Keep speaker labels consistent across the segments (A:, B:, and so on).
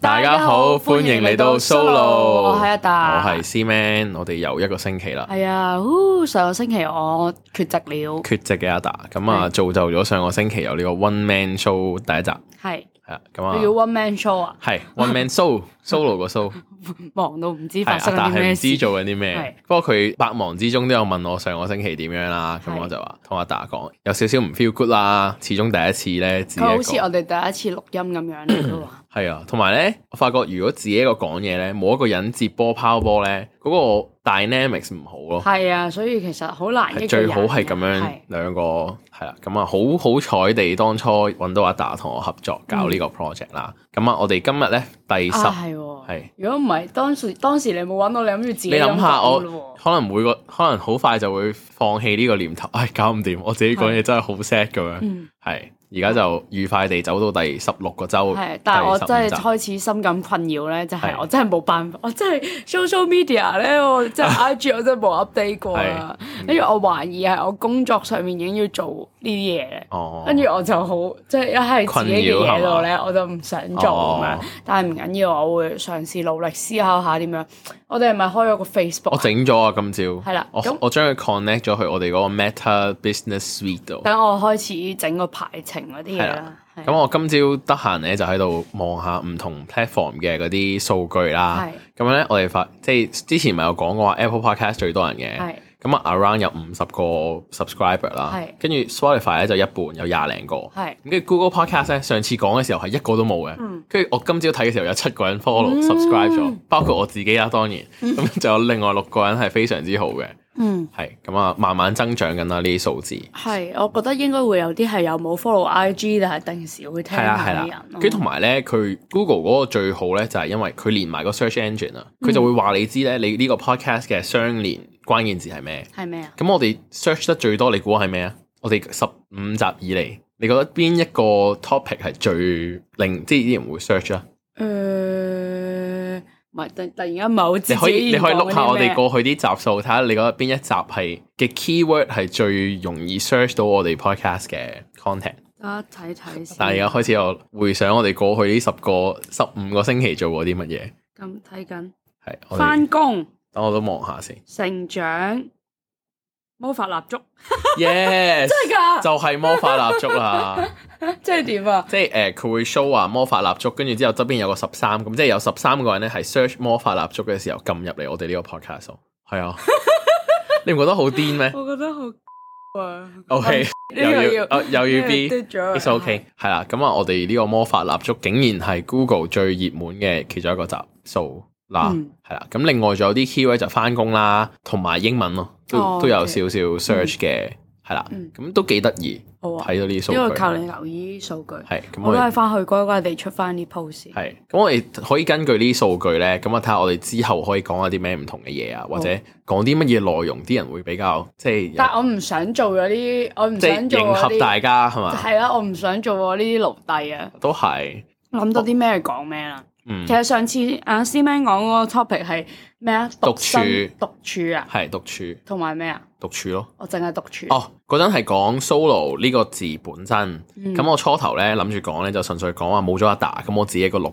A: 大家好，歡迎嚟到 Solo，
B: 我係阿達
A: 我係 C Man，我哋又一個星期啦，
B: 系啊，呼上個星期我缺席了，
A: 缺席嘅阿達，咁啊
B: 係
A: 造就咗上個星期有呢個 One Man Show 第一集，係
B: 係
A: 啊，咁
B: 你要
A: 啊
B: one man show 啊，
A: 係 One Man Show Solo 個 show，
B: 忙到唔知
A: 係
B: 發
A: 阿
B: 生
A: 達
B: 啲
A: 係
B: 咩
A: 唔知
B: 事。
A: 做緊啲咩，不過佢百忙之中都有問我上個星期點樣啦，咁
B: 係
A: 我就話同阿達講有少少唔 feel good 啦，始終第一次咧自己
B: 佢好
A: 一
B: 似
A: 個。
B: 我哋第一次錄音咁樣嚟嘅喎
A: 係啊，同埋咧，我發覺如果自己一個講嘢咧，冇一個人接波拋波咧，嗰、個 dynamics 唔好咯。
B: 係啊，所以其實好難一個人
A: 最好哦係咁樣
B: 係
A: 兩個係啦，咁啊好好彩地當初揾到阿達同我合作搞呢個 project 啦。咁啊，我哋今日咧第十
B: 嗯啊係喎。
A: 係
B: 如果唔係當時當時你冇揾我，你諗住自己
A: 你諗下
B: 咁講
A: 我
B: 咯
A: 可能每個可能好快就會放棄呢個念頭，唉搞唔掂，我自己講嘢真係好 sad 咁樣。
B: 嗯
A: 係而家就愉快地走到第十六個週，
B: 喎，係，但係我
A: 第
B: 真
A: 15
B: 係
A: 集
B: 開始深感困擾咧，就係
A: 係
B: 我真係冇辦法， 我真係 social media 咧，我真係 IG 我真係冇 update 過啊，跟住我懷疑係我工作上面已經要做呢啲嘢咧。
A: 哦，
B: 跟住我就好，即係一係自己嘅嘢度咧，我就唔想做咁樣
A: 哦。
B: 但係唔緊要，我會嘗試努力思考下點樣。我哋係咪開咗個
A: 我
B: Facebook？啊
A: 整咗啊，今朝係
B: 啦
A: 我
B: 咁
A: 我將佢 connect 咗去我哋嗰個 Meta Business Suite 度。
B: 等我開始整個排程嗰啲嘢
A: 係啦
B: 啦。係啊
A: 咁我今朝得閒咧就喺度望下唔同 platform 嘅嗰啲數據啦。咁樣咧，我哋發即係之前咪有講過話 Apple Podcast 最多人嘅
B: 係，
A: 咁啊 around 有五十個 subscriber 啦
B: 係，
A: 跟住 Spotify 咧就一半有廿零個，
B: 係嗯
A: 咁跟住 Google Podcast 咧上次講嘅時候係一個都冇嘅，跟住我今朝睇嘅時候有七個人 follow subscribe 咗，包括我自己啦當然，咁就有另外六個人係非常之好嘅，
B: 嗯，
A: 係咁啊慢慢增長緊啦呢啲數字。
B: 係，我覺得應該會有啲係有冇 follow IG，但係定時會聽
A: 係啦
B: 下
A: 係
B: 啲
A: 啦
B: 人，嗯
A: 跟住
B: 咯。
A: 同埋咧，佢 Google 嗰個最好咧，就係因為佢連埋個 search engine 啊，
B: 嗯
A: 佢就會話你知咧，你呢個 podcast 嘅相連關鍵字係咩？
B: 係咩啊？
A: 咁我哋 search 得最多，你估係咩啊？我哋十五集以嚟，你覺得邊一個 topic 係最令即係啲人會 search 啊？
B: 誒，呃唔係突突然間唔係好知
A: 你可
B: 自
A: 以
B: 己
A: 你可以
B: 講緊
A: look 下
B: 啲
A: 我哋
B: 咩
A: 過去啲集數，睇下你覺得邊一集係嘅 keyword 係最容易 search 到我哋 podcast 嘅 content。
B: 啊睇睇先。
A: 但係而家開始又回想我哋過去呢十個十五個星期做過啲乜嘢。
B: 咁睇緊
A: 係，我哋
B: 翻工。
A: 等我都望 下先。
B: 成長魔法蠟燭 真
A: Yes，
B: 係㗎
A: 就係魔法蠟燭 啦。
B: 即係點啊？
A: 即係誒，佢、會 show 話魔法蠟燭，跟住之後側邊有個十三，咁即係有十三個人咧係 search 魔法蠟燭嘅時候撳入嚟我哋呢個 podcast 度。係啊，你唔覺得好癲咩
B: 我覺得好啊！
A: ？OK，
B: 呢
A: 又
B: 個
A: 要
B: 要
A: 啊 又要 B。
B: 跌咗
A: It's OK，係啦，咁啊，我哋呢個魔法蠟燭竟然係 Google 最熱門嘅其中一個集數啦
B: 嗯，
A: 係啦、咁另外仲有啲 keyword 就翻工啦，同埋英文咯，都、
B: 哦
A: 都有
B: OK
A: 少少 search 嘅，係啦、
B: 嗯
A: 咁都幾得意，
B: 好啊
A: 睇到呢啲數
B: 呢個
A: 據，
B: 靠你留意數據，
A: 係咁
B: 我
A: 我
B: 都係
A: 哋
B: 翻去乖乖地出翻啲 post。
A: 係咁我哋可以根據呢啲數據咧，咁啊睇下我哋之後可以講下啲咩唔同嘅嘢啊，或者講啲乜嘢內容，啲人會比較即係
B: 哦但
A: 有
B: 係我唔想做嗰啲，我唔
A: 即
B: 想
A: 係
B: 做
A: 迎
B: 嗰
A: 合
B: 啲，
A: 大家係嘛，
B: 係啊啦，我唔想做我呢啲奴隸啊！
A: 都係
B: 諗到啲咩講咩啦。
A: 哦嗯
B: 其實上次阿師 man 講嗰個 topic 係咩啊？
A: 獨
B: 獨身
A: 處
B: 獨處啊，
A: 係獨處
B: 同埋咩啊？
A: 獨處咯。
B: 我淨係獨處。
A: 哦，嗰陣係講 solo 呢個字本身，
B: 嗯
A: 咁、我初頭咧諗住講咧就純粹講話冇咗阿達，咁我自己一個錄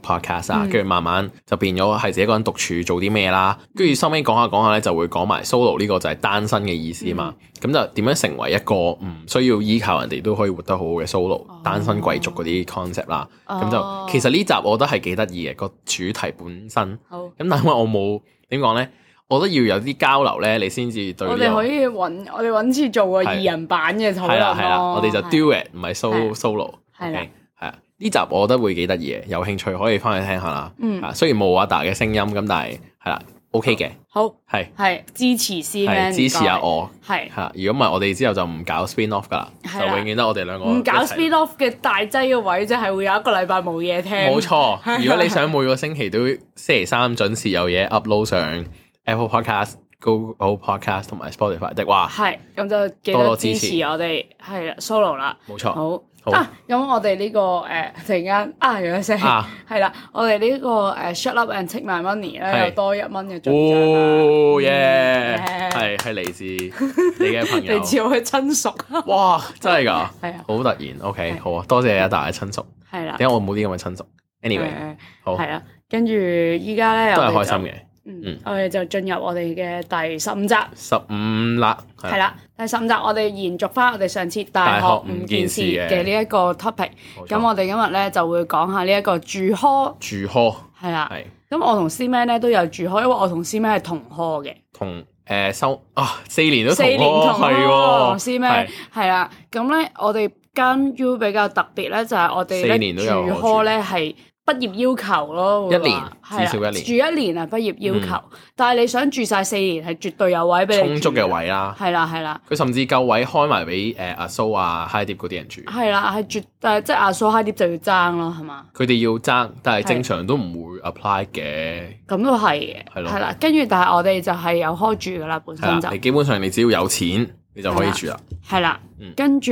B: 嗯
A: podcast 啊，跟住、慢慢就變咗係自己一個人獨處做啲咩啦，跟住收尾講下講下咧就會講埋 solo 呢個就係單身嘅意思嘛，
B: 嗯
A: 咁、就點樣成為一個唔需要依靠人哋都可以活得好好嘅 solo、單身貴族嗰啲 concept 啦，咁、
B: 哦
A: 就其實呢集我覺得係幾得意嘅個主題本身，咁
B: 好。
A: 但係因為我冇點講咧，我覺得要有啲交流咧，你先至對
B: 我
A: 呢
B: 哋
A: 個
B: 可以揾我哋揾次做個
A: 係
B: 二人版嘅討
A: 係啦
B: 論
A: 係啦，
B: 咯。
A: 我哋就
B: 係
A: duet 唔係 solo
B: 係
A: solo。
B: 係啦，
A: 係啊，呢集我覺得會幾得意嘅，有興趣可以翻去聽下啦。
B: 嗯
A: 啊，雖然冇阿達嘅聲音咁，但係係啦，OK 嘅，
B: 好
A: 係
B: 係支持師
A: 係
B: man
A: 支持下，我。
B: 係
A: 係啦，啊如果唔係我哋之後就唔搞 spin off 噶啦，
B: 係
A: 就
B: 啦
A: 永遠得我哋兩個
B: 唔搞
A: 啊一齊
B: speed off 嘅大劑嘅位，即係會有一個禮拜冇嘢聽。
A: 冇錯，
B: 係
A: 如果你想每個星期都星期三準時有嘢 upload 上 Apple Podcast、Google Podcast 同埋 Spotify 的話，
B: 係咁就記
A: 多多
B: 得
A: 支
B: 支
A: 持
B: 持我哋係啦 solo 啦。
A: 冇錯，
B: 好
A: 好
B: 啊，咁我哋呢個誒突然間啊有一聲
A: 啊
B: 係啦，我哋呢個誒 shut up and take my money
A: 係
B: 咧又多一蚊嘅獎章啦。嗯
A: 哦耶，
B: Yeah
A: 係係嚟自你嘅朋 友
B: 嚟。自我嘅親屬。
A: 哇，真係㗎，
B: 係啊
A: 好突然。OK，好啊，多謝阿達嘅親屬。
B: 係啦
A: 點。解我冇啲咁嘅親屬？anyway，
B: 誒
A: 好
B: 係啊，跟住依家咧，
A: 都係
B: 我哋
A: 開
B: 就
A: 心嘅。
B: 嗯，我哋就進入我哋嘅第十五集，
A: 十五啦，係
B: 係
A: 啦，
B: 啦，第十五集我哋延續翻我哋上次大
A: 大學
B: 學
A: 五
B: 五
A: 件
B: 件
A: 事
B: 事
A: 嘅
B: 嘅呢一個 topic。
A: 冇錯
B: 咁我哋今日咧就會講下呢一個住科，
A: 住科
B: 係啦。
A: 係
B: 咁我同師妹咧都有住科，因為我同師妹係同科嘅，
A: 同誒收啊四年都
B: 四
A: 同
B: 年
A: 科
B: 同科
A: 係喎，
B: 師
A: 係
B: 妹係啦。咁咧我哋間 U 比較特別咧，就係我哋
A: 四
B: 咧
A: 年都有
B: 住科咧係畢業要求咯，會話
A: 一年
B: 係啦
A: 至少一年嗯
B: 住一年啊畢業要求，但係你想住晒四年係絕對有位俾你
A: 充足
B: 住
A: 嘅，位啦。
B: 係啦係啦。
A: 佢甚至夠位開埋俾誒阿蘇啊、Hi 碟嗰啲人住，
B: 係啦，係絕誒，即係阿蘇蝦碟就要爭咯，係嘛？
A: 佢哋要爭，但係
B: 係
A: 正常都唔會 apply 嘅。
B: 咁都係嘅，
A: 係咯
B: 係啦。跟住但係我哋就係有開住噶啦，本
A: 係
B: 身就
A: 啦，你基本上你只要有錢，你就可以住啦。
B: 係啦
A: 嗯。
B: 跟住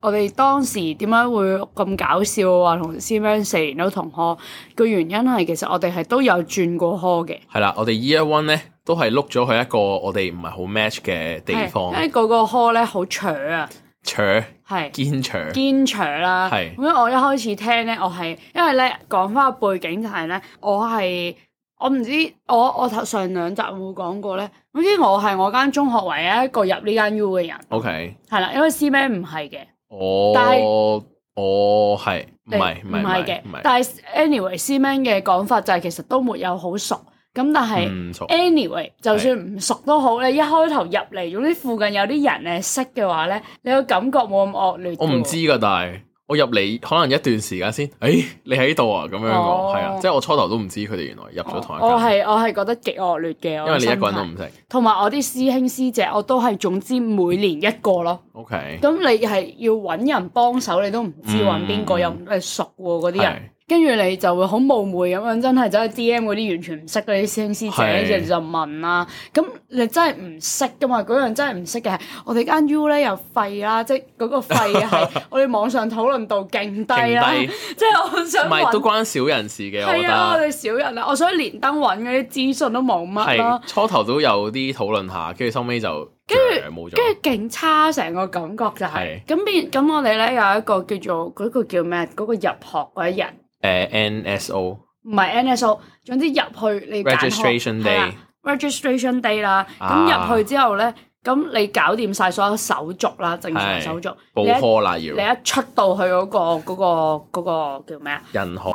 B: 我哋當時點解會咁搞笑話同 C M 四年都同科？個原因係其實我哋係都有轉過科嘅，
A: 係啦，我哋 Year One 咧都係碌咗去一個我哋唔係好 match 嘅地
B: 係
A: 方
B: 因，為嗰個科咧好長啊，
A: 扯
B: 係。
A: 堅扯，
B: 堅長啦，
A: 係
B: 咁樣我一開始聽咧，我係因為咧講翻個背景就係咧，我係我唔知我我頭上兩集有冇講過咧，總之我係我間中學唯一一個入呢間 U 嘅人，
A: OK，
B: 係啦，因為 C 咩唔係嘅，但
A: 我我係唔係唔
B: 你
A: 係唔
B: 係
A: 係
B: 嘅
A: 唔，係
B: 但係 anyway C 咩嘅講法就係其實都沒有好熟，咁但係。
A: 唔錯，
B: Anyway，就算唔熟都好咧，你一開頭入嚟，總之附近有啲人誒識嘅話咧，你個感覺冇咁惡劣嘅喎。
A: 我唔知噶，但係我入嚟可能一段時間先，誒你喺度啊咁樣個，
B: 哦
A: 係啊，即係我初頭都唔知佢哋原來入咗同
B: 我
A: 一間，
B: 係我係覺得極惡劣嘅，
A: 因為
B: 我
A: 你一個
B: 心
A: 人都
B: 態
A: 唔識
B: 同埋我啲師兄師姐，我都係總之每年一個咯。
A: ，OK，
B: 咁你係要揾人幫手，你都唔知揾邊個，
A: 嗯
B: 又唔係熟喎嗰啲人。
A: 係
B: 跟住你就會好冒昧咁樣，真係走去 D.M 嗰啲完全唔識嗰啲師兄師
A: 係
B: 姐，跟住就問啦。咁你真係唔識噶嘛？嗰樣真係唔識嘅係我哋間 U 咧又廢啦，即係嗰個廢 係我哋網上討論度勁低啦，
A: 勁低
B: 即係我想
A: 唔係都
B: 揾
A: 關少人事嘅，我覺
B: 係啊，我
A: 得
B: 哋少人啊，我想連登揾嗰啲資訊都冇乜啦
A: 係。初頭都有啲討論下，跟住收尾就跟冇咗
B: 跟，住勁差成個感覺就係、
A: 係
B: 咁變咁我哋咧有一個叫做嗰、個叫咩？嗰、個入學嗰一日
A: 誒 NSO
B: 唔係 NSO，總之入去你揀學
A: registration
B: 係啊
A: day
B: 啦 registration day 啦。
A: 啊
B: 咁入去之後咧，咁你搞掂晒所有手續啦，正常
A: 係
B: 手續。你
A: 報
B: 一
A: 科啦
B: 你
A: 要
B: 一出到去嗰、個嗰、個嗰、個叫咩啊？
A: 人學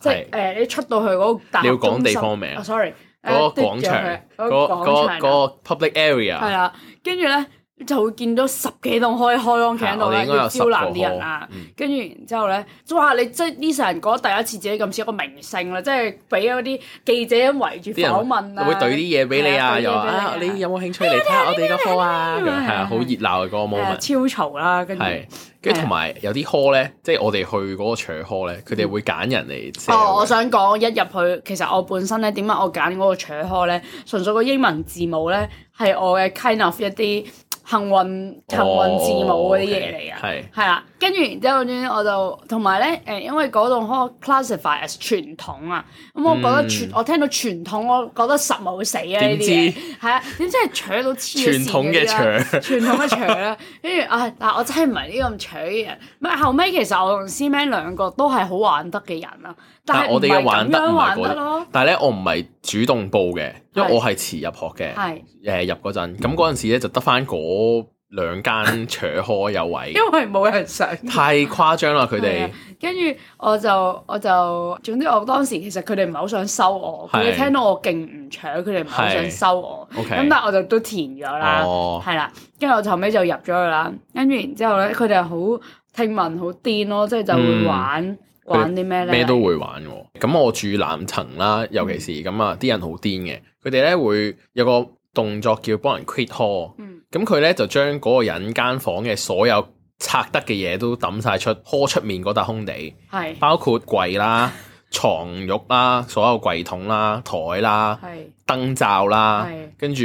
B: 即係誒、你出到去嗰個大學
A: 你要講
B: 中心
A: 地方名
B: 啊，sorry，
A: 嗰
B: 誒
A: 個
B: 跌
A: 廣
B: 咗
A: 場
B: 佢嗰
A: 嗰個
B: 個廣場
A: 嗰
B: 啊
A: 個嗰個 public
B: 係啊
A: area
B: 啦，跟住咧就會見到十幾棟開開安企喺度
A: 啊我哋
B: 啦，
A: 應該
B: 要
A: 有十
B: 招
A: 個
B: 攬啲人啊
A: 號嗯。
B: 跟住然之後咧，哇！你即係呢世人覺得第一次自己咁似一個明星啦，即係俾嗰啲記者圍住
A: 啲人
B: 訪問啊，
A: 會懟啲嘢俾你
B: 係
A: 啊，
B: 懟啲嘢
A: 又話啊
B: 俾
A: 你有冇興趣嚟睇下我哋個科啊？咁
B: 係啊
A: 樣係啊，好熱鬧嘅嗰個
B: 啊
A: moment。
B: 誒超嘈啦，跟住
A: 係，跟
B: 啊
A: 住同埋有啲科咧，即係我哋去嗰個斜科咧，佢哋會揀人嚟 sell
B: 哦，我
A: 嘅。
B: 想講一入去，其實我本身咧點解我揀嗰個扯科咧，純粹個英文字母咧係我嘅 kind of 一啲幸運幸運字母嗰啲嘢嚟
A: 哦
B: 啊。
A: ，OK，係
B: 係啦，跟住然之後咧，我就同埋咧，誒，因為嗰棟可 classify as 傳統啊，咁我覺得傳，我聽到傳統，我覺得實冇死啊呢
A: 嗯點
B: 啲
A: 知
B: 嘢，係啊，點知係扯到黐線
A: 傳統
B: 嗰啲
A: 嘅
B: 啦
A: 腸，
B: 傳統嘅扯啦，跟住啊， 但我真係唔係呢個咁扯嘅人，唔係後尾其實我同 C Man 兩個都係好玩得嘅人啊啦，但
A: 但
B: 係
A: 我哋嘅
B: 唔係
A: 玩
B: 咁
A: 得
B: 樣
A: 唔係
B: 玩
A: 嗰
B: 得
A: 啲
B: 咯，，
A: 但係咧我唔係主動報嘅，因為
B: 係
A: 我係遲入學嘅。
B: 係
A: 誒呃入嗰陣，咁嗰陣時咧就得翻嗰兩間 斜科有位
B: 因，為冇人想。
A: 太誇張啦佢
B: 係
A: 哋
B: 啊。跟住我就我就總之我當時其實佢哋唔係好想收我，佢
A: 係
B: 哋聽到我勁唔搶，佢哋唔係好想收我。
A: 係
B: 咁
A: OK
B: 但係我就都填咗啦，
A: 哦
B: 係啦。跟住我就後尾就入咗去啦。跟住然之後咧，佢哋好聽聞好癲咯，即係就會玩、玩啲咩咧？
A: 嗯咩都會玩喎。咁我住南層啦，
B: 嗯
A: 尤其是咁啊，啲人好癲嘅，佢哋咧會有個動作叫幫人 quit hall。
B: 嗯
A: 咁佢咧就將嗰個人間房嘅所有拆得嘅嘢都抌晒出 hall 出面嗰笪空地，
B: 係
A: 包括櫃啦、床褥啦、所有櫃桶啦、台啦、
B: 係
A: 燈罩啦
B: 係，
A: 跟住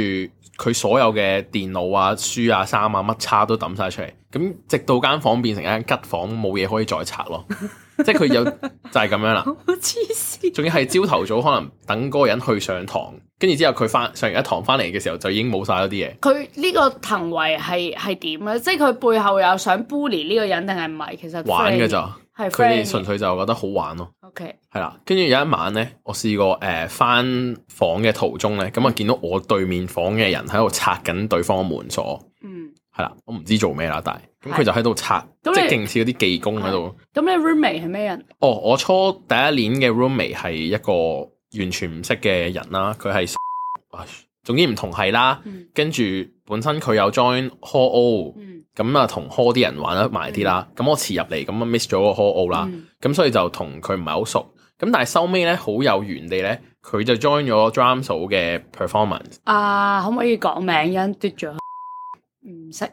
A: 佢所有嘅電腦啊、書啊、衫啊、乜叉都抌晒出嚟，咁直到間房變成一間吉房，冇嘢可以再拆 咯。即係佢有就係咁樣啦，
B: 好黐線，
A: 仲要係朝頭早可能等嗰個人去上堂，跟住之後佢翻上完一堂翻嚟嘅時候就已經冇晒嗰啲嘢。
B: 佢呢個行為係係點咧？即係佢背後有想 bully 呢個人定係唔係？其實
A: 玩嘅
B: friend
A: 咋，
B: 係
A: 佢
B: friend
A: 哋純
B: 嘅。
A: 粹就覺得好玩咯。
B: O K，
A: 係啦，跟住有一晚咧，我試過誒翻、房嘅途中咧，咁啊見到我對面房嘅人喺度拆緊對方嘅門鎖，
B: 嗯，
A: 係啦，我唔知做咩啦，但係咁
B: 係
A: 佢就喺度拆，即
B: 咁
A: 係
B: 你
A: 勁似嗰啲技工喺度。
B: 咁你 roommate 係咩人？
A: 哦，我初第一年嘅 roommate 係一個完全唔識嘅人啦，佢係唉總之唔同係啦，
B: 嗯
A: 跟住本身佢有 join h o O，
B: 嗯，
A: 咁啊同 h o 啲人玩得埋啲啦，咁我遲入嚟，咁啊 miss 咗個 h o O 啦。
B: 嗯
A: 咁所以就同佢唔係好熟。咁但係收尾咧，好有緣地咧，佢就 join 咗 Drum 嫂嘅 performance
B: 啊，可唔可以講名？因為嘟咗，唔識。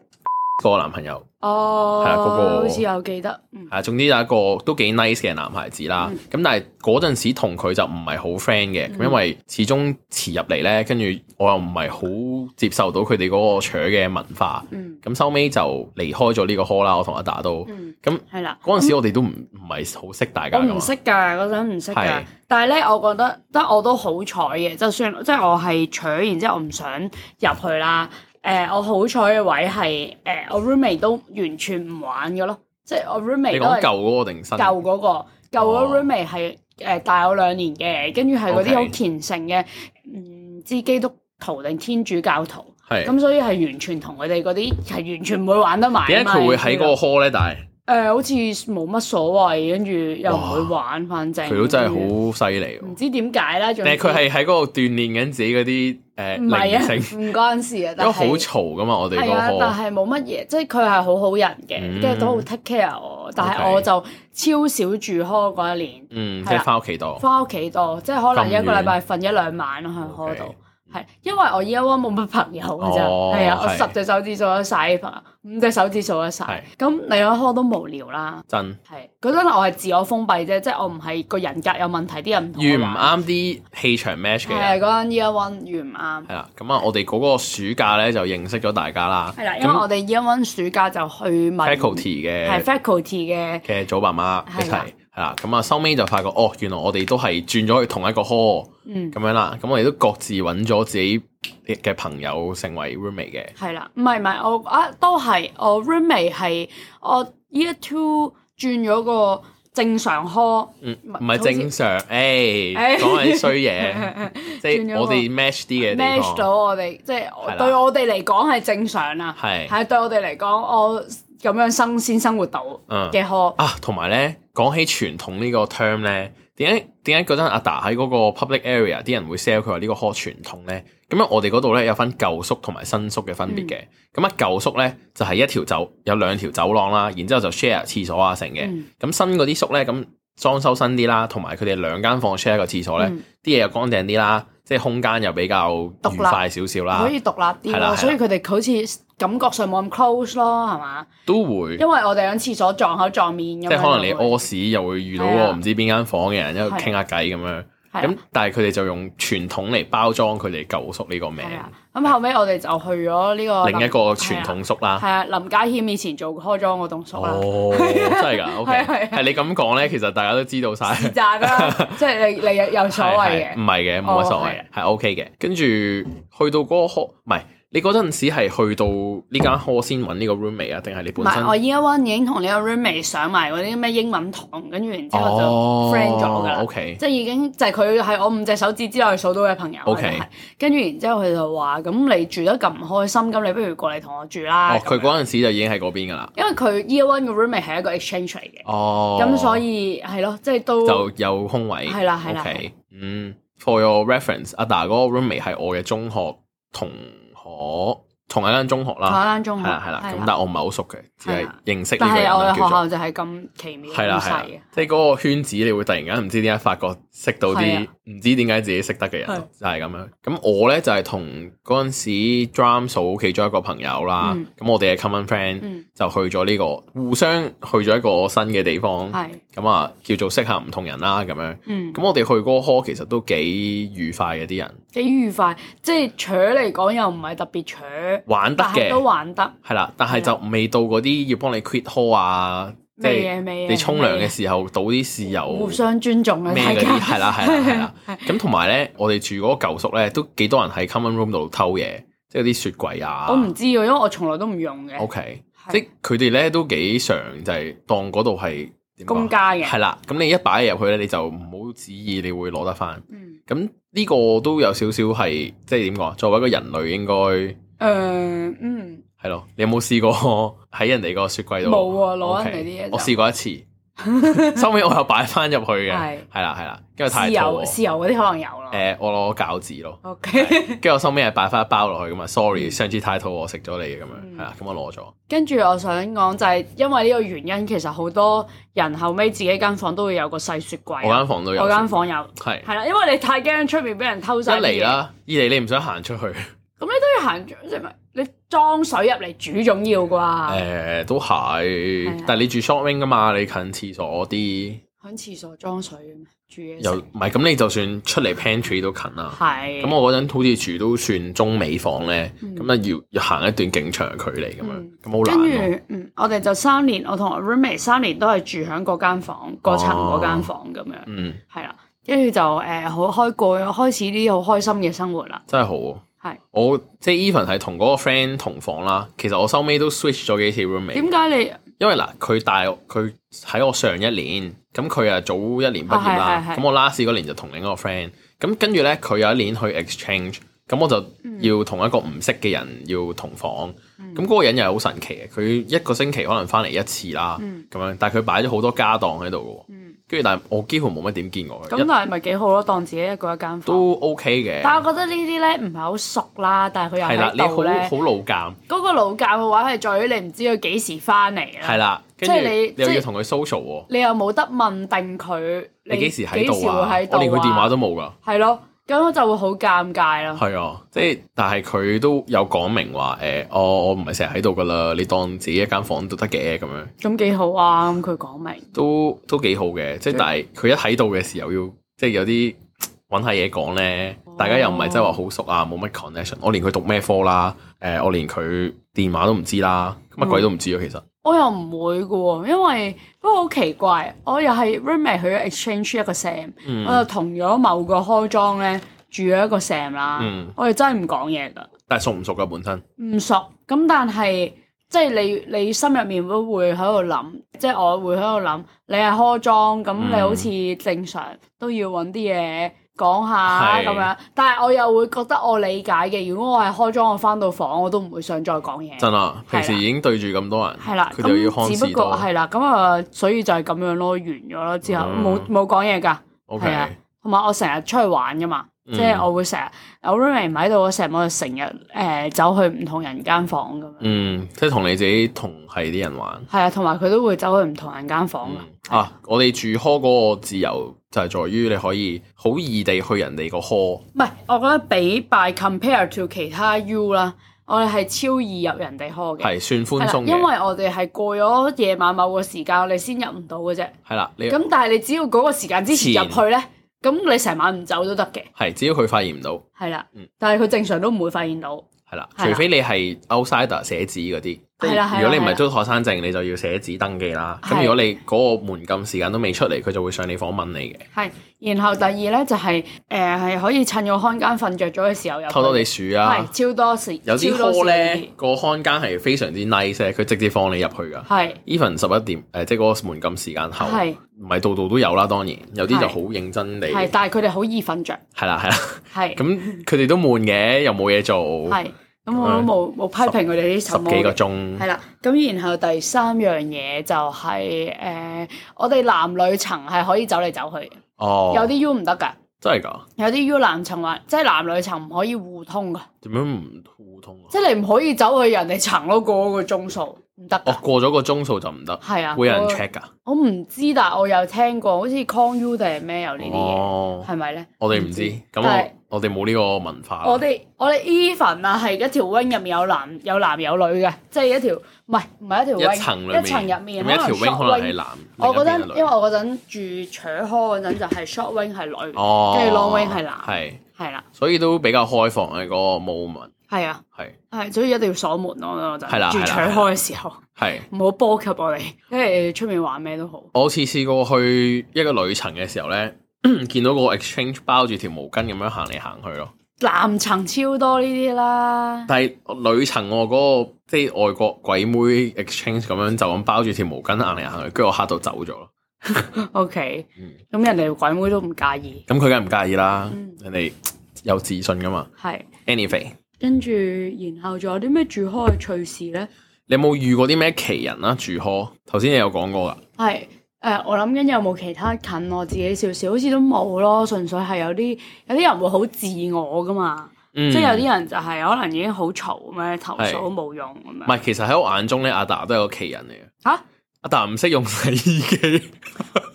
A: 個男朋友。
B: 哦，
A: 係啊嗰個
B: 好似有記得。嗯
A: 啊，總之有一個都幾 nice 嘅男孩子啦。
B: 嗯
A: 咁、但係嗰陣時同佢就唔係好 friend 嘅，咁、
B: 嗯
A: 因為始終遲入嚟咧，跟住我又唔係好接受到佢哋嗰個扯嘅文化。
B: 嗯
A: 咁收尾就離開咗呢個 hall 啦，我同阿達都。
B: 嗯，
A: 咁
B: 係啦。
A: 嗰陣時我哋都唔唔係好識大家
B: 我
A: 噶嘛
B: 唔。識㗎，嗰陣唔識㗎
A: 係。
B: 但係咧，我覺得得我都好彩嘅，就算即係我係取，然之後我唔想入去啦。誒、我好彩嘅位係誒、我 roommate 都完全唔玩嘅咯，即係我 roommate
A: 你
B: 都
A: 講
B: 係
A: 舊嗰個定新？
B: 舊嗰、個。舊嗰個
A: 哦
B: roommate 係誒大我兩年嘅，跟住係嗰啲好
A: OK
B: 虔誠嘅，唔知基督徒定天主教徒，
A: 係
B: 咁所以係完全同佢哋嗰啲係完全唔會玩得埋㗎
A: 點
B: 嘛。
A: 解佢會喺嗰
B: 你知
A: 個
B: 道
A: hall 咧？但
B: 誒、好似冇乜所謂，跟住又唔會玩，反正
A: 係佢都真係好犀利喎
B: 唔。知啊點解啦。仲
A: 但係佢係喺嗰度鍛鍊緊自己嗰啲誒
B: 唔係啊？
A: 靈性，
B: 唔關事啊，
A: 因
B: 但
A: 為好
B: 係
A: 嘈噶嘛，我哋
B: 係啊，
A: 嗰
B: 但
A: 個
B: 係冇乜嘢，即係佢係好好人嘅，
A: 嗯
B: 跟住都好 take care 我。但係
A: OK
B: 我就超少住開嗰一年，係
A: 嗯，
B: 啊
A: 即
B: 啦
A: 係翻屋企度，
B: 翻屋企多，即係可能
A: 咁
B: 一個禮
A: 遠
B: 拜瞓一兩晚咯喺
A: OK
B: 開度。係，因為我 year one 冇乜朋友嘅啫，
A: 哦
B: 係啊，我
A: 係
B: 十隻手指數得晒啲朋友，五隻手指數得晒
A: 係。
B: 咁你喺開都無聊啦。
A: 真
B: 係嗰陣我係自我封閉啫，即係我唔係個人格有問題，啲人唔同
A: 遇
B: 我
A: 唔
B: 玩。
A: 啱啲氣場 match 嘅
B: 啊係啊
A: 人，
B: 嗰陣 year one 遇唔啱。
A: 係啦。咁啊，我哋嗰個暑假咧就認識咗大家啦。
B: 係啦，因為我
A: 咁
B: 哋 year one 暑假就去文
A: faculty
B: 係
A: 嘅
B: faculty 嘅，
A: 嘅組爸媽一
B: 係啦
A: 齊係啦。咁啊，收尾就發覺哦，原來我哋都係轉咗去同一個 hall
B: 嗯
A: 咁，樣啦。咁我哋都各自揾咗自己嘅朋友成為 roommate 嘅。
B: 係啦，唔係唔係，我啊都係我 roommate 係我 year two 轉咗個正常科，
A: 嗯，
B: 唔係
A: 唔係正常， 誒
B: 誒
A: 講緊衰嘢， 即
B: 轉咗
A: 係
B: 個
A: 我哋 match 啲嘅
B: match
A: 地
B: 到
A: 方，
B: 我哋，即係
A: 啦
B: 對我哋嚟講係正常啦，
A: 係
B: 係對我哋嚟講，我咁樣生先生活到
A: 嗯
B: 嘅科，
A: 啊，同埋咧講起傳統呢個 term 咧，點解點解嗰陣阿達喺嗰個 public area 啲人會 sell 佢話呢個 hall 傳統咧？咁樣我哋嗰度咧有分舊宿同埋新宿嘅分別
B: 嗯
A: 嘅。咁啊舊宿咧就係一條走有兩條走廊啦，然之後就 share 廁所啊成嘅。
B: 嗯
A: 咁新嗰啲宿咧咁裝修新啲啦，同埋佢哋兩間房 share 一個廁所咧，
B: 嗯
A: 啲嘢又乾淨啲啦，即係空間又比較
B: 獨立
A: 愉快少少啦
B: 可。以獨立啲
A: 啊係啦
B: 咯，
A: 係啦
B: 所以佢哋好似感覺上冇咁 close 咯，係嘛？
A: 都會，
B: 因為我哋喺廁所撞口撞面咁樣
A: 嗯即
B: 咯，
A: 係可能你屙屎又會遇到
B: 係啊
A: 個唔知邊間房嘅人，一路傾下偈咁樣。
B: 係
A: 咁
B: 啊
A: 但係佢哋就用傳統嚟包裝佢哋舊宿呢個名
B: 係，啊。咁後尾我哋就去咗呢個
A: 另一個傳統宿啦
B: 係。啊，林家謙以前做開裝嗰棟宿啦，
A: 哦，真 係㗎，OK，
B: 啊係啊係係
A: 係你咁講咧，其實大家都知 道晒。
B: 是但啦， 即係你你有有所謂
A: 係係
B: 嘅
A: 嗯唔係嘅，冇乜所
B: 哦
A: 謂，係 OK 嘅。跟住去到嗰個 hall，唔係你嗰陣時係去到呢間 hall 先揾呢個 roommate 啊，定係你
B: 唔
A: 本身
B: 係，我 year one 已經同呢個 roommate 上埋嗰啲咩英文堂，跟住然之後就
A: 哦
B: friend 咗㗎啦。
A: OK
B: 即係已經就係佢係我五隻手指之內數到嘅朋友。啊
A: OK
B: 係跟住然之後佢就話：咁你住得咁唔開心，咁你不如過嚟同我住啦。
A: 哦，佢
B: 咁樣
A: 嗰陣時就已經喺嗰邊㗎啦。
B: 因為佢 year one 嘅 roommate 係一個 exchange 嚟嘅，
A: 哦，
B: 咁所以係咯，即係都
A: 就有空位。
B: 哦係啦係啦
A: OK，
B: 係
A: 嗯，for your reference，阿達嗰個 roommate 係我嘅中學同學，同一間中學
B: 台
A: 啦，
B: 灣中
A: 啊係
B: 學
A: 啦係啦。咁但係我唔係好熟嘅，只
B: 係
A: 係
B: 啦
A: 認識呢
B: 但
A: 個人
B: 係我
A: 啦
B: 哋
A: 叫
B: 學
A: 做。
B: 校就係咁奇妙
A: 係
B: 咁
A: 啦係
B: 細
A: 啦
B: 嘅，，
A: 即係嗰個圈子，你會突然間唔知點解發覺識到
B: 係
A: 啲
B: 啊
A: 唔知點解自己識得嘅人
B: 係
A: 咯，就係咁樣。咁我咧就係同嗰陣時 drum 嫂其中一個朋友啦
B: 嗯，
A: 咁我哋嘅 common friend
B: 嗯
A: 就去咗呢個互相去咗一個新嘅地方，
B: 係
A: 咁啊叫做識下唔同人啦咁樣。
B: 嗯
A: 咁我哋去嗰個 hall 其實都幾愉快嘅啲人，
B: 幾愉快，即係扯嚟講又唔係特別扯，
A: 玩得
B: 但係
A: 嘅哦
B: 都玩得
A: 係啦，但係就未到嗰啲要幫你 quit hall 啊，即
B: 咩
A: 係
B: 嘢咩嘢，
A: 你沖涼
B: 咩嘢
A: 嘅時候倒啲豉油
B: 互。相尊重嘅
A: 咩
B: 大
A: 嗰
B: 家
A: 啲係啦係啦 係啦，咁同埋咧，我哋住嗰個舊宿咧，都幾多人喺 common room 度偷嘢，即係嗰啲雪櫃啊。
B: 我唔知喎，因為
A: 哦
B: 我從來都唔用嘅，
A: O K，
B: 係
A: 即係佢哋咧都幾常就係當嗰度係點講
B: 公家嘅，
A: 係啦，咁你一擺入去咧，你就唔好旨意，你會攞得翻。
B: 嗯，
A: 咁呢個都有少少係，即係點講啊？作為一個人類，應該
B: 誒，嗯，
A: 係咯。你有冇試過 喺人哋個雪櫃度？
B: 冇喎攞人
A: 哦 OK，
B: 哋啲嘢就
A: 我試過一 次，收尾我又擺翻入去嘅，
B: 係
A: 係啦係啦，因為
B: 豉
A: 太肚
B: 油
A: 餓。
B: 豉油嗰啲可能有咯。
A: 誒，我攞餃子咯，
B: O K，
A: 跟住我收尾係擺翻一包落去噶嘛。Sorry，
B: 嗯
A: 上次太肚餓食咗你嘅咁樣，
B: 嗯
A: 係啦，咁我攞咗。
B: 跟住我想講就係因為呢個原因，其實好多人後尾自己間房都會有個細雪櫃
A: 我
B: 啊。
A: 間房都有，
B: 我間房有，
A: 係
B: 係啦，因為你太驚出面俾人偷
A: 一
B: 晒啲嘢
A: 嚟，啦，二嚟你唔想行出去，
B: 咁你都要行，即係你裝水入嚟煮總要啩？
A: 誒都
B: 啊係
A: 係
B: 啊，
A: 但係你住 shopping 噶嘛，你近廁所啲。
B: 喺廁所裝水嘅咩？煮嘢
A: 又
B: 食
A: 唔係咁，你就算出嚟 pantry 都近啦。
B: 係
A: 咁我嗰陣好似住都算中美房咧，
B: 嗯
A: 咁啊要要行一段勁長距離咁樣
B: 嗯，
A: 咁
B: 跟
A: 好難咯。
B: 住，嗯，我哋就三年，我同我 roommate 三年都係住喺嗰間房，嗰層
A: 哦
B: 嗰間房咁樣，
A: 嗯，
B: 係啦。跟住就誒，好開過開始啲好開心嘅生活啦。
A: 真係好啊。
B: 係
A: 我即係 even 係同嗰個 friend 同房啦，其實我收尾都 switch 咗幾次 roommate，
B: 點解你
A: 因為嗱佢大我佢喺我上一年，咁佢啊早一年畢業
B: 啊
A: 啦，
B: 係係係
A: 咁我 last 嗰年就同另一個 friend，咁跟住咧佢有一年去 exchange，咁我就
B: 嗯
A: 要同一個唔識嘅人要同房，咁嗰個人又係好神奇嘅，佢一個星期可能翻嚟一次啦，
B: 嗯
A: 咁樣，但係佢擺咗好多家當喺度嘅
B: 嗯
A: 喎，跟住但係我幾乎冇乜點見過佢，
B: 咁？但
A: 一
B: 係咪幾好咯？當自己一個一間房。
A: 都 OK 嘅，
B: 但我覺得呢啲咧唔係好熟啦，但係佢又
A: 係啦，你
B: 喺
A: 好
B: 度咧，
A: 好老鑑，
B: 嗰個老教嘅話係在於你唔知佢幾時翻嚟啦。
A: 係啦，跟
B: 即係你
A: 住你又
B: 即係
A: 要同佢 social 喎，
B: 你又冇得問定佢
A: 你幾時喺
B: 幾時
A: 度
B: 會
A: 啊
B: 喺？度
A: 我連佢電話
B: 都
A: 都冇㗎。
B: 係咯，咁我就會好尷尬咯。
A: 係啊，即係但係佢都有講明話誒、哦我我唔係成日喺度噶啦，你當自己一間房都得嘅咁樣，
B: 咁幾好啊！咁佢講明，
A: 都都幾好嘅。即係
B: 嗯
A: 但係佢一喺度嘅時候要即係有啲嗯揾下嘢講咧，大家又唔係真係話好熟啊，冇乜 connection。我連佢讀咩科啦，誒、我連佢電話都唔知啦，乜鬼都唔知啊。其實
B: 我又唔會嘅喎，因為不過好奇怪，我又係 roommate 去咗 exchange 一個 sam，、
A: 嗯
B: 我就同咗某個開莊咧住咗一個 sam 啦，
A: 嗯
B: 我哋真係唔講嘢噶，
A: 但係熟唔熟噶本身，
B: 唔熟。咁但係即係你你心入面都會喺度諗，即係我會喺度諗，你係開莊，
A: 嗯
B: 咁你好似正常都要揾啲嘢。講下
A: 係
B: 咁樣，但係我又會覺得我理解嘅。如果我係開莊，我翻到房我都唔會想再講嘢。
A: 真啦，平時已經對住咁多人，
B: 係啦，
A: 佢就要
B: 咁
A: 看
B: 只
A: 事
B: 不過
A: 多。
B: 係啦，咁啊，所以就係咁樣咯，完咗咯之後
A: 嗯
B: 冇冇講嘢㗎，
A: O
B: 係啊
A: K，
B: 同埋我成日出去玩㗎嘛，
A: 嗯
B: 即係我會成日我 roommate 唔喺度，我成日我就成日誒走去唔同人間房咁樣，
A: 嗯，即係同你自己同係啲人玩。
B: 係啊，同埋佢都會走去唔同人間房㗎
A: 嗯，啊！我哋住 hall 嗰個自由就係在於你可以好易地去人哋個 hall，
B: 唔係，我覺得比 by compare to 其他 U 啦，我哋係超易入人哋 hall 嘅，
A: 係
B: 係
A: 算寬
B: 啦
A: 鬆，
B: 因
A: 嘅，
B: 為我哋係過咗夜晚某個時間，我哋先入唔到嘅啫。
A: 係啦。你
B: 咁但係你只要嗰個時間之前入
A: 前
B: 去咧，咁你成晚唔走都得嘅。
A: 係只要佢發現唔到，
B: 係啦
A: 嗯，
B: 但係佢正常都唔會發現到，
A: 係啦，
B: 係啦
A: 除非你係 outsider 寫字嗰啲，即
B: 係啦係啦
A: 係如果你唔
B: 係啦
A: 係租學生證，你就要寫字登記啦。咁
B: 係
A: 如果你嗰個門禁時間都未出嚟，佢就會上你房問你嘅，
B: 係。然後第二咧就係誒係可以趁個看更瞓着咗嘅時候入去
A: 偷偷地鼠
B: 係
A: 啊。
B: 超多時，
A: 有啲
B: 超多
A: hall
B: 時
A: 咧個看更係非常之 nice 嘅佢直接放你入去㗎。
B: 係
A: even 十一點誒，即係嗰個門禁時間後，
B: 係
A: 唔係度度都有啦。當然有啲
B: 係
A: 就好認真地
B: 係，但係佢哋好易瞓着，
A: 係啦，係啦，
B: 係
A: 咁佢哋都悶嘅，又冇嘢做，
B: 係咁我都冇冇批評佢哋啲
A: 十
B: 手
A: 幾個
B: 嘅係
A: 鐘，
B: 啦，咁然後第三樣嘢就係、呃我哋男女層係可以走嚟走去嘅，
A: 哦，
B: 有啲 U 唔得㗎，
A: 真係㗎，
B: 有啲 U 男層或即係男女層唔可以互通㗎，
A: 點樣唔互通啊？
B: 即係你唔可以走去人哋層咯，過個鐘數唔得㗎
A: 哦，。過咗個鐘數就唔得，
B: 係啊，
A: 會有人
B: 我
A: check 㗎，
B: 我唔知，但係我有聽過，好似 Con U 定係咩有呢啲嘢，
A: 哦，
B: 係咪咧？
A: 我哋唔知，咁
B: 但係
A: 我我哋冇呢個文化，
B: 我哋我哋 even 啊，係一條 wing 入面有男有男有女嘅，即係一條唔係唔係一條 wing，
A: 一層裏
B: 一層入面
A: 咁一條
B: short
A: wing 可能
B: wing
A: 係男，
B: 我覺得
A: 另一邊係女
B: 因為我嗰陣住扯開嗰陣就係 short wing 係女，
A: 哦，
B: 跟住 long wing 係男
A: 係，
B: 係啦，
A: 所以都比較開放嘅嗰個 moment，
B: 係啊，
A: 係
B: 係所以一定要鎖門咯嗰
A: 係
B: 陣
A: 啦
B: 住
A: 係啦
B: 扯開嘅時候，
A: 係。
B: 唔好波及我哋，因為出面玩咩都好，
A: 我次試過去一個旅程嘅時候咧， 見到個 exchange 包住條毛巾咁樣行嚟行去咯。
B: 男層超多呢啲啦，
A: 但係女層我嗰、個即係外國鬼妹 exchange 咁樣就咁包住條毛巾行嚟行去，跟住我嚇到走咗咯。
B: O K，
A: 嗯
B: 咁人哋鬼妹都唔介意，
A: 咁佢梗係唔介意啦，
B: 嗯
A: 人哋有自信噶嘛。
B: 係
A: anyway，
B: 跟住然後仲有啲咩住開嘅趣事咧？
A: 你有冇遇過啲咩奇人啦？住科頭先你有講過噶，
B: 係誒、我諗緊有冇其他近我自己少少，好似都冇咯。純粹係有啲有啲人會好自我噶嘛，
A: 嗯
B: 即係有啲人就係可能已經好嘈咁樣投訴
A: 係
B: 都冇用咁
A: 唔
B: 樣。
A: 係，其實喺我眼中咧，阿達都係個奇人嚟嘅。
B: 嚇、
A: 阿達唔識用洗衣機，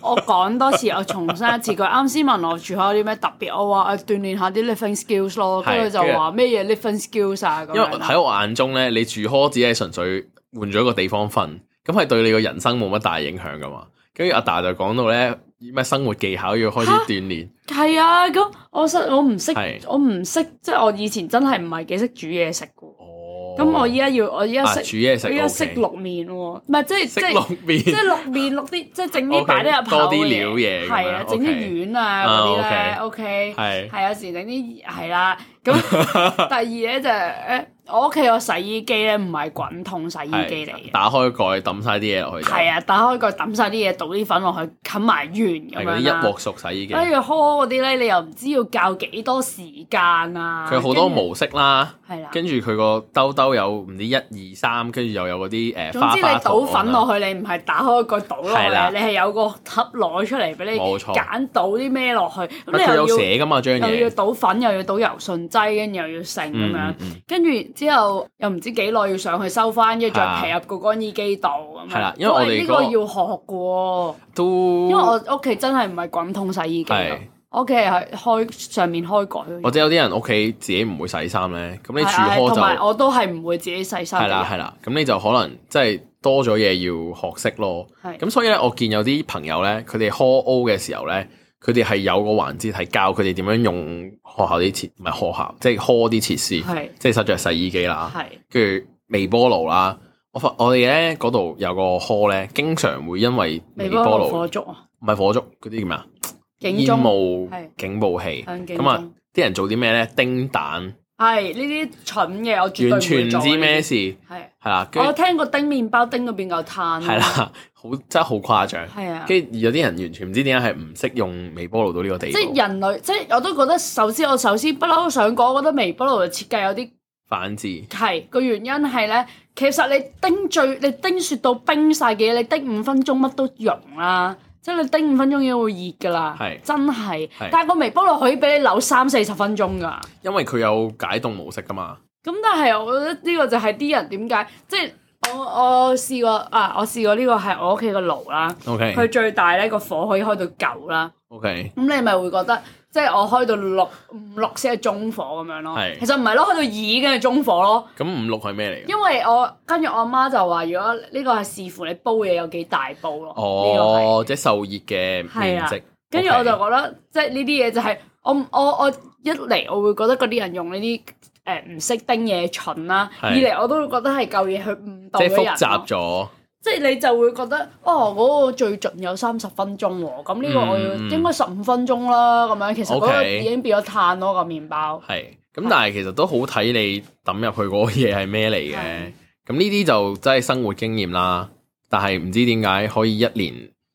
B: 我講多次，我重申一次，佢啱先問我住開有啲咩特別，我話誒鍛鍊下啲 living skills 咯，
A: 係
B: 跟住就
A: 跟住
B: 話咩嘢 living skills 啊咁
A: 因為
B: 樣啦。
A: 喺我眼中咧，你住科只係純粹換咗一個地方瞓，咁係對你個人生冇乜大影響噶嘛。跟住阿達就講到咧，咩生活技巧要開始
B: 嚇
A: 鍛鍊，
B: 係啊，咁我實我唔識
A: 係，
B: 我唔識，即係我以前真係唔係幾識煮嘢食嘅喎。
A: 哦，
B: 咁我依家要我依家
A: 啊
B: 識，
A: 煮嘢食
B: 我依家
A: OK
B: 識淥麵喎，唔係即係
A: 識
B: 即係
A: 淥
B: 即係
A: 麵
B: 淥麵 淥啲即係整啲
A: OK，
B: 擺啲入口
A: 多啲料嘢咁樣
B: 係啊，整
A: OK
B: 啲丸啊嗰啲咧
A: 啊
B: ，OK，
A: 係
B: 係有時整啲係啦。咁 第二咧就係誒，我屋企個洗衣機咧唔係滾筒洗衣機嚟嘅。
A: 打開蓋抌晒啲嘢落去就，
B: 係啊，打開個抌晒啲嘢，倒啲粉落去，冚埋完咁樣
A: 係嗰啲
B: 啦哎
A: 一鑊熟洗衣機，
B: 跟
A: 佢
B: 住呵嗰啲咧，你又唔知要教幾多時間啊？
A: 好多模式啦。
B: 跟住係啦。
A: 跟住佢個兜兜有唔知一二三，跟住又有嗰啲誒
B: 總
A: 花
B: 之你
A: 花啊
B: 倒粉
A: 去，
B: 落去，你唔係打開個倒落
A: 係啦
B: 去，你係有個盒攞出嚟俾你
A: 冇錯
B: 揀倒啲咩落去，咁
A: 佢
B: 你
A: 有
B: 又
A: 寫噶嘛張
B: 要又要
A: 嘢，
B: 倒粉，又要倒油順劑，跟住又要剩咁
A: 嗯嗯
B: 樣。
A: 嗯，
B: 跟住之後又唔知幾耐要上去收翻，跟住再皮入個乾衣機度咁樣。
A: 係啦因為我哋
B: 喂呢
A: 嗰個
B: 個要學嘅喎，
A: 都
B: 因為我屋企真係唔係滾筒洗衣機咯
A: 係，
B: 我屋企係開上面開蓋嗰種
A: 或者有啲人屋企自己唔會洗衫咧，咁你住
B: 係
A: 開
B: 同
A: 就
B: 埋
A: 係
B: 我都係唔會自己洗衫嘅人。
A: 啦係啦，咁你就可能即係多咗嘢要學識咯。
B: 係
A: 咁所以咧，我見有啲朋友咧，佢哋 call O 嘅時候咧，佢哋係有個環節係教佢哋點樣用學校啲設，唔係學校，即係 call 啲設施，
B: 係
A: 即係實在洗衣機啦。
B: 係
A: 跟住微波爐啦。我發我哋咧嗰度有個 hall 咧，經常會因為
B: 微
A: 微波
B: 波爐
A: 爐
B: 火燭啊，
A: 唔係火燭嗰啲叫咩啊？
B: 警
A: 煙
B: 鐘
A: 霧
B: 係
A: 警報器
B: 向警
A: 咁啊
B: 鐘！
A: 啲人做啲咩咧？叮蛋，
B: 係呢啲蠢嘅，我絕對
A: 完
B: 唔會
A: 全
B: 做
A: 唔知咩
B: 呢啲。
A: 事，係
B: 係
A: 啦，跟
B: 我
A: 住
B: 聽過叮麵包叮到變嚿炭。
A: 係，啦，好真係好誇張。
B: 啊係啊。
A: 跟住有啲人完全唔知點解係唔識用微波爐到呢個地
B: 即係
A: 步，
B: 人類，即係我都覺得，首先我首先不嬲都想講，我覺得微波爐嘅設計有啲
A: 反智
B: 係個原因係咧，其實你叮最你叮雪到冰晒嘅嘢，你叮五分鐘乜都溶啦，即係你叮五分鐘已經會熱㗎啦，
A: 係
B: 真係
A: 係。
B: 但係個微波爐可以俾你扭三四十分鐘㗎。
A: 因為佢有解凍模式噶嘛。
B: 咁但係我覺得呢個就係啲人點解即係我我試過啊，我試過呢個係我屋企個爐啦，
A: OK
B: 佢最大咧個火可以開到九啦，
A: OK，
B: 咁你咪會覺得即係我開到六五六先係中火咁樣咯
A: 係，
B: 其實唔係咯，開到二跟住中火咯。
A: 咁五六係咩嚟嘅？
B: 因為我跟住我阿媽就話，如果呢個係視乎你煲嘢有幾大煲咯，呢個係。
A: 哦，即係受熱嘅面
B: 係
A: 積
B: 啦。跟住我就
A: OK
B: 覺得即係呢啲嘢就係、我唔我我一嚟我會覺得嗰啲人用呢啲誒唔識叮嘢蠢啦，
A: 係
B: 二嚟我都會覺得係舊嘢去誤導
A: 即係
B: 咗人
A: 複
B: 咯。
A: 雜咗。
B: 即係你就會覺得哦，嗰、個最盡有三十分鐘喎，咁呢個我要
A: 嗯嗯
B: 應該十五分鐘啦，咁樣其實嗰個
A: OK
B: 已經變咗炭咯個麵包。
A: 係，咁但係其實都好睇你抌入去嗰個嘢係咩嚟嘅
B: 係。
A: 咁呢啲就真係生活經驗啦。但係唔知點解可以一年，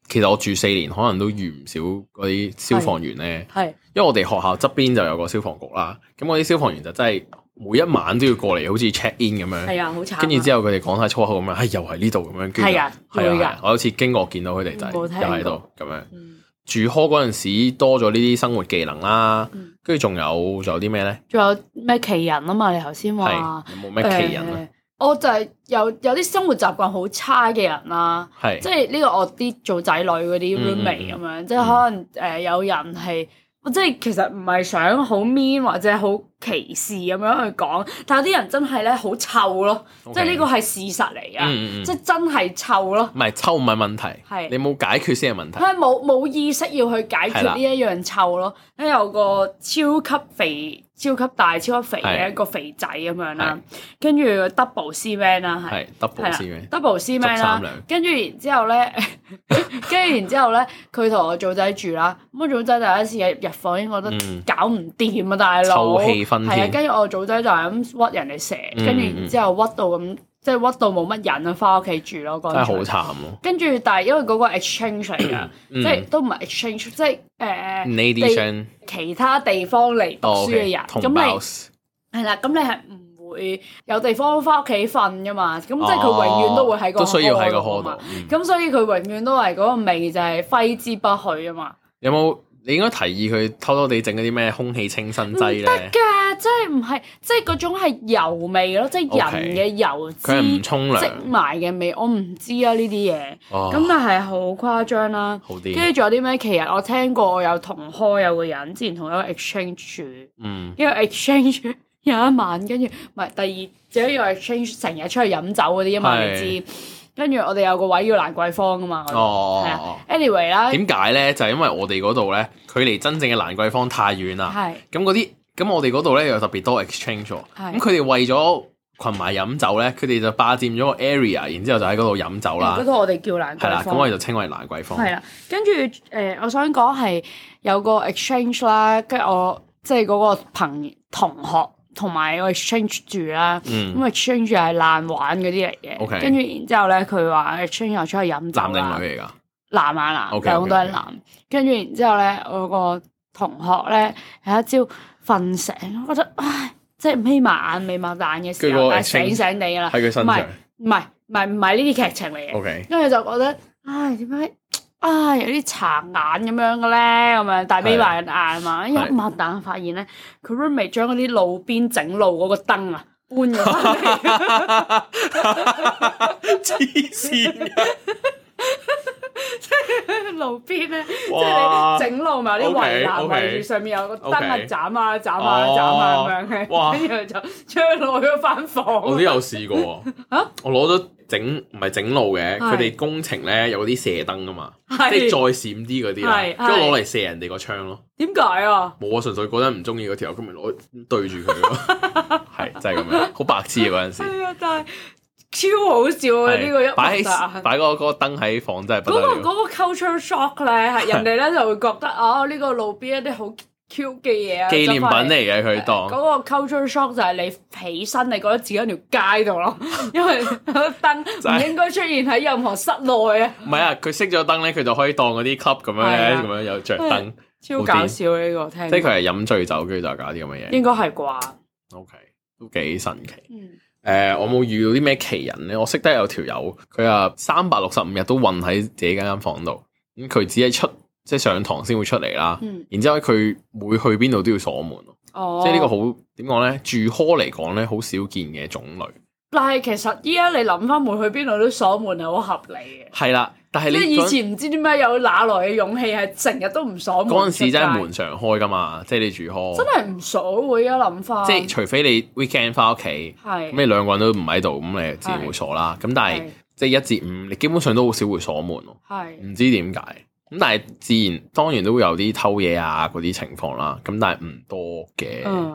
A: 其實我住四年，可能都遇唔少嗰啲消防員咧。
B: 係
A: 因為我哋學校側邊就有個消防局啦，咁嗰啲消防員就真係每一晚都要過嚟，好似 check in 咁樣。
B: 係啊，好慘啊。
A: 嗯跟住之後佢哋講晒粗口咁樣，唉、又係呢度咁樣。跟住就
B: 係啊
A: 係啊
B: 會㗎
A: 係啊，我有次經過見到佢哋就係
B: 冇聽
A: 又
B: 過
A: 喺度咁樣。
B: 嗯
A: 住 hall 嗰陣時多咗呢啲生活技能啦
B: 嗯，
A: 跟住仲有仲有啲咩咧？
B: 仲有咩奇人啊嘛？你頭先
A: 係
B: 話
A: 有冇咩奇人啊？
B: 誒我就係有有啲生活習慣好差嘅人啦、
A: 係
B: 即係呢個我啲做仔女嗰啲
A: 嗯嗯
B: roommate 咁樣，即係可能誒、呃有人係。即係其實唔係想好 mean 或者好歧視咁樣去講，但有啲人真係咧好臭咯
A: OK
B: 即係呢個係事實嚟噶，
A: 嗯嗯嗯
B: 即係真係臭咯，
A: 唔係抽唔係問題，
B: 係
A: 你冇解決先係問題。
B: 佢係冇冇意識要去解
A: 係
B: 決
A: 啦
B: 呢一樣臭咯。咧有個超級肥、超級大、超級肥嘅
A: 係
B: 一個肥仔咁樣啦，跟住 double C man 啦，係
A: 係 double 先
B: 係啦
A: 嘅，
B: double C man
A: 足
B: 啦
A: 三兩，
B: 跟住然之後咧， 跟住然之後咧，佢同我組仔住啦。咁我組仔第一次入入房已經覺得
A: 嗯
B: 搞唔掂啊，大佬，
A: 臭氣熏天
B: 係啊，跟住我組仔就係咁屈人哋蛇，
A: 嗯
B: 跟住
A: 嗯嗯
B: 然之後屈到咁即係屈到冇乜人啊，翻屋企住咯，
A: 真係
B: 嗰
A: 好
B: 陣時。
A: 慘咯。
B: 跟住，但係因為嗰個 exchange 嚟㗎，
A: 嗯
B: 即係都唔係 exchange，即係誒、呃
A: n a d i t i o n
B: 其他地方嚟讀書嘅人，咁、
A: 哦同
B: 你
A: 胞
B: 係啦，咁你係唔會有地方翻屋企瞓噶嘛？咁即係佢永遠都會喺個
A: 哦啊都需要喺個
B: hall
A: hall
B: 度啊
A: 度
B: 嘛。。
A: 嗯
B: 咁所以佢永遠都係嗰個味就係揮之不去啊嘛。
A: 有冇你應該提議佢偷偷地整嗰啲咩空氣清新
B: 唔得
A: 劑咧？
B: 㗎，即係唔係即係嗰種係油味咯，即係
A: OK
B: 人嘅油脂
A: 佢係唔沖涼
B: 積埋嘅味，我唔知啊呢啲嘢。
A: 哦，
B: 咁但係好誇張啦。
A: 好
B: 跟
A: 啲，
B: 住仲有啲咩？其實我聽過，我有同科有個人之前同一個 exchange 住。
A: 嗯，
B: 因為 exchange 有一晚，跟住唔係第二，仲有一個 exchange 成日出去飲酒嗰啲啊嘛，你
A: 係
B: 知。跟住我哋有個位叫蘭桂坊噶嘛，我哋係
A: 哦
B: 啊。anyway 啦，
A: 點解咧？就係因為我哋嗰度咧，距離真正嘅蘭桂坊太遠啦。
B: 係
A: 咁嗰啲，咁我哋嗰度咧又特別多 exchange 喎。
B: 係
A: 咁佢哋為咗群埋飲酒咧，佢哋就霸佔咗個 area，然之後就喺嗰度飲酒
B: 嗰
A: 啦。
B: 度我哋叫蘭
A: 係啦，
B: 桂
A: 咁我
B: 坊
A: 哋。就稱為蘭桂坊。
B: 係啦，跟住誒，我想講係有個 exchange 啦，跟住我即係嗰個朋同學同埋個 exchange 住啦，咁啊
A: 嗯，
B: exchange 係爛玩嗰啲嚟嘅
A: OK
B: 跟住然之後咧，佢話 exchange 又出去飲酒
A: 男定
B: 啦。
A: 女嚟㗎？
B: 男啊男，
A: OK，OK，OK
B: 兩個都係男。跟住然之後咧，我個同學咧有一朝瞓醒，我覺得唉，即係眯埋眼、眯埋眼嘅時
A: 佢
B: 候，
A: 個
B: 但係
A: exchange-
B: 醒醒地啦，
A: 喺佢身
B: 唔係
A: 上。
B: 唔係唔係唔係呢啲劇情嚟嘅，
A: OK，
B: 跟住就覺得唉點解？啊，有啲殘眼咁樣嘅咧，咁樣但係眯埋眼啊嘛，一
A: 係
B: 擘大眼發現咧，佢 roommate 將嗰啲路邊整路嗰個燈啊搬咗翻 嚟，
A: 黐線啊！
B: 路邊咧 即係
A: 哇
B: 你整路咪有啲圍欄
A: OK，OK
B: 圍住，上面有個燈啊
A: OK 哦
B: 斬啊斬啊斬啊咁樣嘅，
A: 哇
B: 跟住就將佢攞咗翻房。
A: 我都有試過 喎。我攞咗整唔係整路
B: 係
A: 嘅，佢哋工程咧有啲射燈啊嘛，即
B: 係
A: 係再閃啲嗰啲
B: 係
A: 啦，
B: 係
A: 跟住攞嚟射人哋個窗咯。
B: 點解啊？
A: 冇啊，純粹嗰陣唔中意嗰條友，咁咪攞對住 佢咯。係真係咁樣，好白痴啊嗰陣時。
B: 係啊，但係超好笑啊！呢個一
A: 係擺
B: 擘大
A: 喺
B: 眼
A: 擺嗰個嗰個燈喺房真係不
B: 嗰
A: 得
B: 個嗰
A: 了。
B: 個 culture shock 咧， 係人哋咧就會覺得哦，呢個路邊一啲好 cute 嘅嘢啊，
A: 紀念品
B: 執返
A: 嚟嘅佢
B: 嗰
A: 當，
B: 個 culture shock 就係你起身，你覺得自己喺條街度咯， 因為嗰燈唔應該出現喺任何室內啊，
A: 唔係啊，佢熄咗燈咧，佢就可以當嗰啲 club 咁樣
B: 係
A: 咧，
B: 啊
A: 咁樣有着燈，
B: 超搞笑啊呢個聽
A: 即
B: 過。
A: 係佢係飲醉酒，跟住就搞啲咁嘅嘢。
B: 應該係啩。
A: OK，都幾神奇。
B: 嗯，
A: 誒、我冇遇到啲咩奇人咧，我識得有條友，佢啊三百六十五日都混喺自己間間房度，咁佢只係出即係上堂先會出嚟啦。
B: 嗯
A: 然之後佢每去邊度都要鎖門咯，
B: 哦，
A: 即係呢個好點講咧？住 hall 嚟講咧，好少見嘅種類。
B: 但係其實依家你諗翻，會去邊度都鎖門係好合理嘅。
A: 係啦，但係
B: 即係
A: 你
B: 以
A: 嗰陣
B: 前唔知點解有哪來嘅勇氣係成日都唔鎖門。
A: 嗰陣時真係
B: 出
A: 門常開噶嘛，即係你住 hall，
B: 街，真係唔鎖會啊！諗翻
A: 即係除非你 weekend 翻屋企，
B: 係
A: 咁你兩個人都唔喺度，咁你自然會鎖啦。咁但係
B: 係
A: 即係一至五，你基本上都好少會鎖門咯。
B: 係
A: 唔知點解。咁但係自然當然都會有啲偷嘢啊嗰啲情況啦，咁但係唔多嘅。咁、
B: 嗯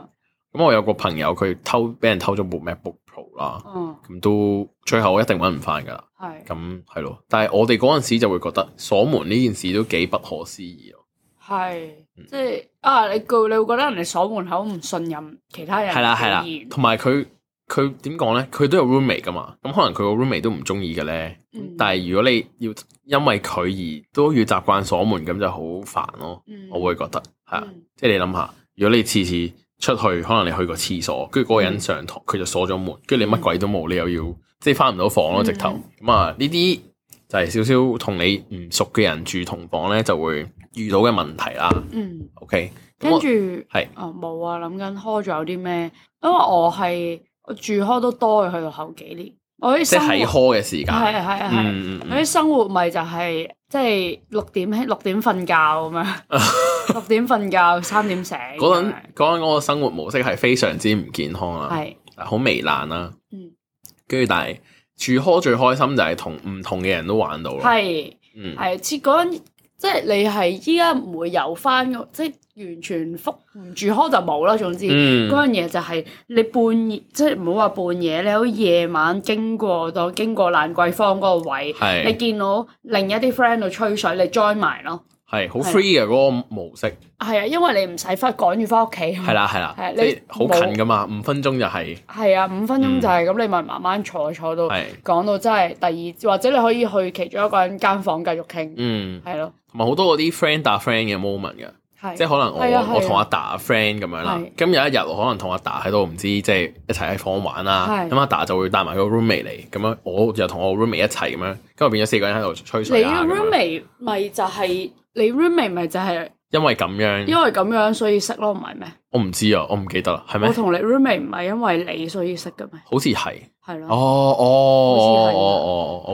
A: 我有個朋友佢偷俾人偷咗部 MacBook Pro 啦，
B: 嗯
A: 咁都最後一定揾唔翻㗎啦。
B: 係
A: 咁係咯，但係我哋嗰陣時就會覺得鎖門呢件事都幾不可思議啊咯。
B: 係即係啊！你告你會覺得人哋鎖門口唔信任其他人嘅
A: 係啦係啦
B: 表現，
A: 同埋佢佢點講呢？佢都有 roommate 㗎嘛，咁可能佢個 roommate 都唔中意嘅呢。
B: 嗯
A: 但係如果你要因為佢而都要習慣鎖門，咁就好煩咯。
B: 嗯
A: 我會覺得係啊。
B: 嗯
A: 即係你諗下，如果你次次出去，可能你去個廁所，跟住嗰個
B: 嗯
A: 人上堂，佢就鎖咗門，跟住你乜鬼都冇，你又要即係翻唔到房咯，
B: 嗯
A: 直頭咁啊！呢啲就係少少同你唔熟嘅人住同房咧，就會遇到嘅問題啦。
B: 嗯。
A: OK，咁
B: 跟
A: 我
B: 住
A: 係
B: 啊冇啊，諗緊開仲有啲咩？因為我係我住開都多嘅，去到後幾年，我啲
A: 即
B: 生
A: 係喺
B: 活
A: hall 嘅時間，
B: 係係係係，
A: 嗯嗯
B: 我
A: 嗯
B: 啲生活咪就係即係六點起六點瞓覺咁樣，六點瞓覺三點醒咁樣，
A: 嗰陣嗰陣嗰個生活模式係非常之唔健康啦，
B: 係
A: 好糜爛啦
B: 嗯，
A: 跟住但係住 hall 最開心就係同唔同嘅人都玩到啦，
B: 係。
A: 嗯
B: 係，似嗰陣即係你係依家唔會有翻，即係完全復唔住開就冇啦。總之
A: 嗯
B: 嗰樣嘢就係你半夜，即係唔好話半夜，你好似夜晚經過到經過蘭桂坊嗰個位，
A: 係
B: 你見到另一啲 friend 度吹水，你 join 埋咯。
A: 係好
B: 係
A: free 嘅嗰個模式，
B: 係啊，因為你唔使翻趕住翻屋企。
A: 係
B: 係
A: 啦係啦
B: 係，
A: 即
B: 你
A: 係好
B: 冇
A: 近噶嘛，五分鐘就係
B: 係啊，五分鐘就係咁，你咪慢慢坐坐到
A: 嗯係
B: 講到真係第二，或者你可以去其中一個人間房繼續傾，
A: 嗯，
B: 係咯，
A: 同埋好多嗰啲 friend 打 friend 嘅 moment 嘅。
B: 係
A: 即係可能
B: 係啊係啊
A: 我我同阿達 friend 咁樣啦
B: 係，
A: 咁有一日我可能同阿達喺度唔知即係一齊喺房玩啦
B: 係，
A: 咁阿達就會帶埋佢個 roommate 嚟，咁樣我又同我 roommate 一齊咁樣，咁就變咗四個人喺度吹
B: 你
A: 水啊
B: 嘅
A: 咁樣，嗯
B: roommate 咪就係你 roommate 咪就係
A: 因為咁
B: 因
A: 樣，
B: 為咁樣所以識咯，唔係咩？
A: 我唔知啊，我唔記得啦，係
B: 我
A: 咩？
B: 同你 roommate 唔係因為你所以識嘅咩？
A: 好似係，
B: 係咯，
A: 哦哦哦
B: 好似係啊
A: 哦哦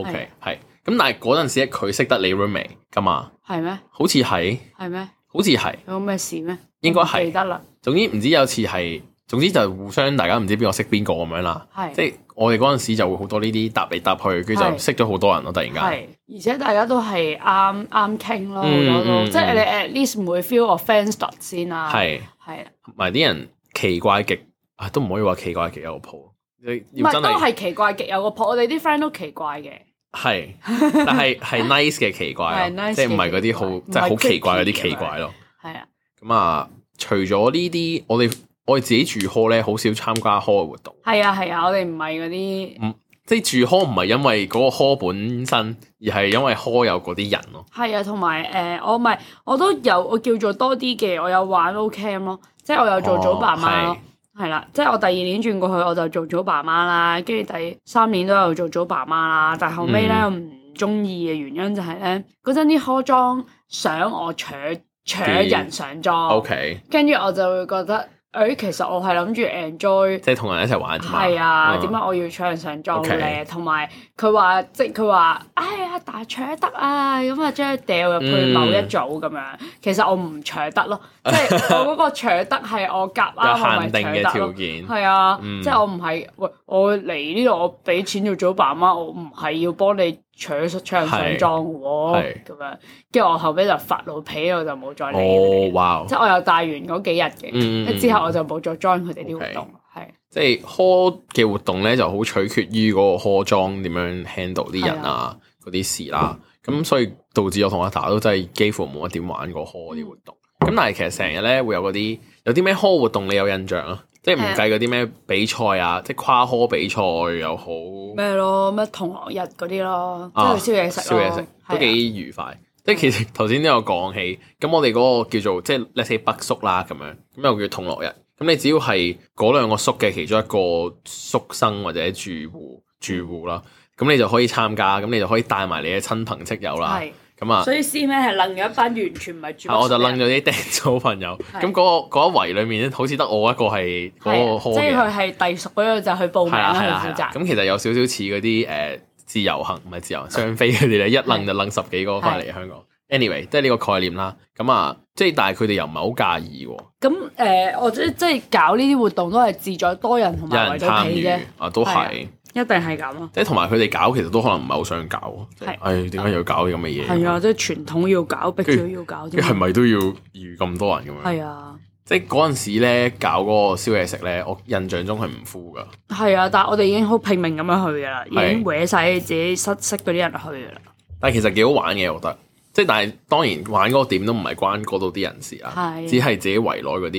B: 係
A: ，OK 係，咁但係嗰陣時咧佢識得你 roommate 噶嘛，
B: 係咩？
A: 好似係，
B: 係咩？
A: 好似係，
B: 有咩事咩？
A: 應該
B: 我唔
A: 係
B: 記得啦，
A: 總之唔知有次係，總之就互相大家唔知邊個識邊個咁樣啦。
B: 係
A: 即係我哋嗰陣時就會好多呢啲搭嚟搭去，跟住就
B: 係
A: 識咗好多人咯。突然間
B: 係，而且大家都係啱啱傾咯，好
A: 啊嗯
B: 多都
A: 嗯
B: 即係
A: 嗯
B: 你 at least 唔會 feel offended 先啦，
A: 係，
B: 係啦，
A: 同埋啲人奇怪極啊，都唔可以話奇怪極有個譜，
B: 唔
A: 你要
B: 係
A: 真
B: 都
A: 係
B: 係奇怪嘅，有個婆，我哋啲 friend 都奇怪嘅，
A: 係，但 係係 nice 嘅奇怪
B: 係
A: 咯，
B: nice
A: 即係唔係嗰啲好
B: 嘅奇怪
A: 即係好
B: 唔係
A: 奇怪嗰
B: tricky
A: 啲奇怪咯。
B: 係啊，
A: 咁啊，除咗呢啲，我哋我哋自己住 hall 咧，好少參加 hall 嘅活動。
B: 係啊，係啊，我哋唔係嗰啲，
A: 即係住 hall 唔係因為嗰個 hall 本身，而係因為 hall 有嗰啲人咯。
B: 係啊，同埋誒，我咪我都有我叫做多啲嘅，我有玩 O Cam 咯，即係我有做組爸媽
A: 哦
B: 咯。係啦，即係我第二年轉過去，我就做組爸媽啦，跟住第三年都有做組爸媽啦，但係後尾咧
A: 嗯
B: 我唔中意嘅原因就係咧，嗰陣啲科裝想我扯扯人上
A: ，O
B: 妝，
A: K，
B: 跟住我就會覺得，誒、其實我係諗住 enjoy
A: 即係同人一齊玩啫嘛。
B: 係啊，
A: 嗯
B: 點解我要搶人上妝
A: OK
B: 咧？同埋佢話，即係佢話，哎呀，大搶得啊，咁啊將佢掉入
A: 嗯
B: 去某一組咁樣。其實我唔搶得 咯，即係我嗰個搶得係我夾啱
A: 有
B: 啊我咪
A: 限定
B: 搶
A: 嘅
B: 得
A: 條
B: 咯。
A: 件。
B: 係啊，
A: 嗯
B: 即係我唔係喂，我嚟呢度我俾錢做祖爸媽，我唔係要幫你搶搶人上
A: 係
B: 妝嘅喎，
A: 係
B: 咁樣。跟住我後尾就發老脾，我就冇再理佢哋
A: 哦，哇！
B: 即係我又帶完嗰幾日嘅，
A: 嗯，嗯
B: 之後
A: 嗯
B: 我就冇再 join 佢哋啲活
A: OK
B: 動，係。
A: 即係 hall 嘅活動咧，就好取決於嗰個 hall 裝點樣 handle 啲人
B: 係
A: 啊，嗰啲事啦。咁所以導致我同阿達都真係幾乎冇乜點玩過 hall 啲活動。
B: 嗯
A: 咁、但係其實成日咧會有嗰啲有啲咩 hall 活動你有印象啊？即係唔
B: 係啊
A: 計嗰啲咩比賽啊，即係跨 hall 比賽又好，
B: 咩咯，咩同樂日嗰啲咯，即
A: 啊
B: 係燒嘢食
A: 宵
B: 咯，
A: 夜食都
B: 係啊
A: 幾愉快。即係其實頭先都有講起，咁我哋嗰個叫做即係 let's say 北宿啦咁樣，咁又叫同樂日。咁你只要係嗰兩個宿嘅其中一個宿生或者住戶住戶啦，咁你就可以參加，咁你就可以帶埋你嘅親朋戚友啦。
B: 係，
A: 咁啊，
B: 所以師妹係楞咗一班完全唔係住，
A: 啊我就掕咗啲釘組朋友。
B: 係
A: 咁嗰個嗰一圍裡面咧，好似得我一個係嗰個
B: 係，即啊
A: hall
B: 係
A: 嘅，
B: 佢係隸屬嗰個就去報名
A: 係啦啊
B: 啦，
A: 係
B: 去
A: 啦
B: 負
A: 係啦。
B: 責，
A: 咁其實有少少似嗰啲誒自由行唔係自由行雙飛佢哋咧，一掕就掕十幾個翻嚟香港。anyway，即係呢個概念啦。咁啊，即係但係佢哋又唔係好介意喎。
B: 咁誒，我即即係搞呢啲活動都係志在多人同
A: 有
B: 埋
A: 人
B: 為
A: 參
B: 咗皮
A: 與
B: 啫，
A: 啊，都
B: 係啊
A: 係，
B: 一定係咁咯，
A: 即係同埋佢哋搞其實都可能唔係好想搞喎，即係
B: 係
A: 唉點解要搞啲咁嘅嘢？
B: 係啊，即係傳統要搞，逼
A: 跟住
B: 住要搞
A: 嗯跟住係
B: 啫，
A: 咪都要預咁多人咁樣？
B: 係啊，
A: 即係嗰陣時咧搞嗰個宵夜食咧，我印象中係唔敷㗎，
B: 係啊，但係我哋已經好拼命咁樣去噶啦，已
A: 係
B: 經搲晒自己失識嗰啲人去噶啦，
A: 但係其實幾好玩嘅，我覺得。即係但係當然玩嗰個點都唔係關嗰度啲人事啊，
B: 係
A: 只係自己圍內嗰啲。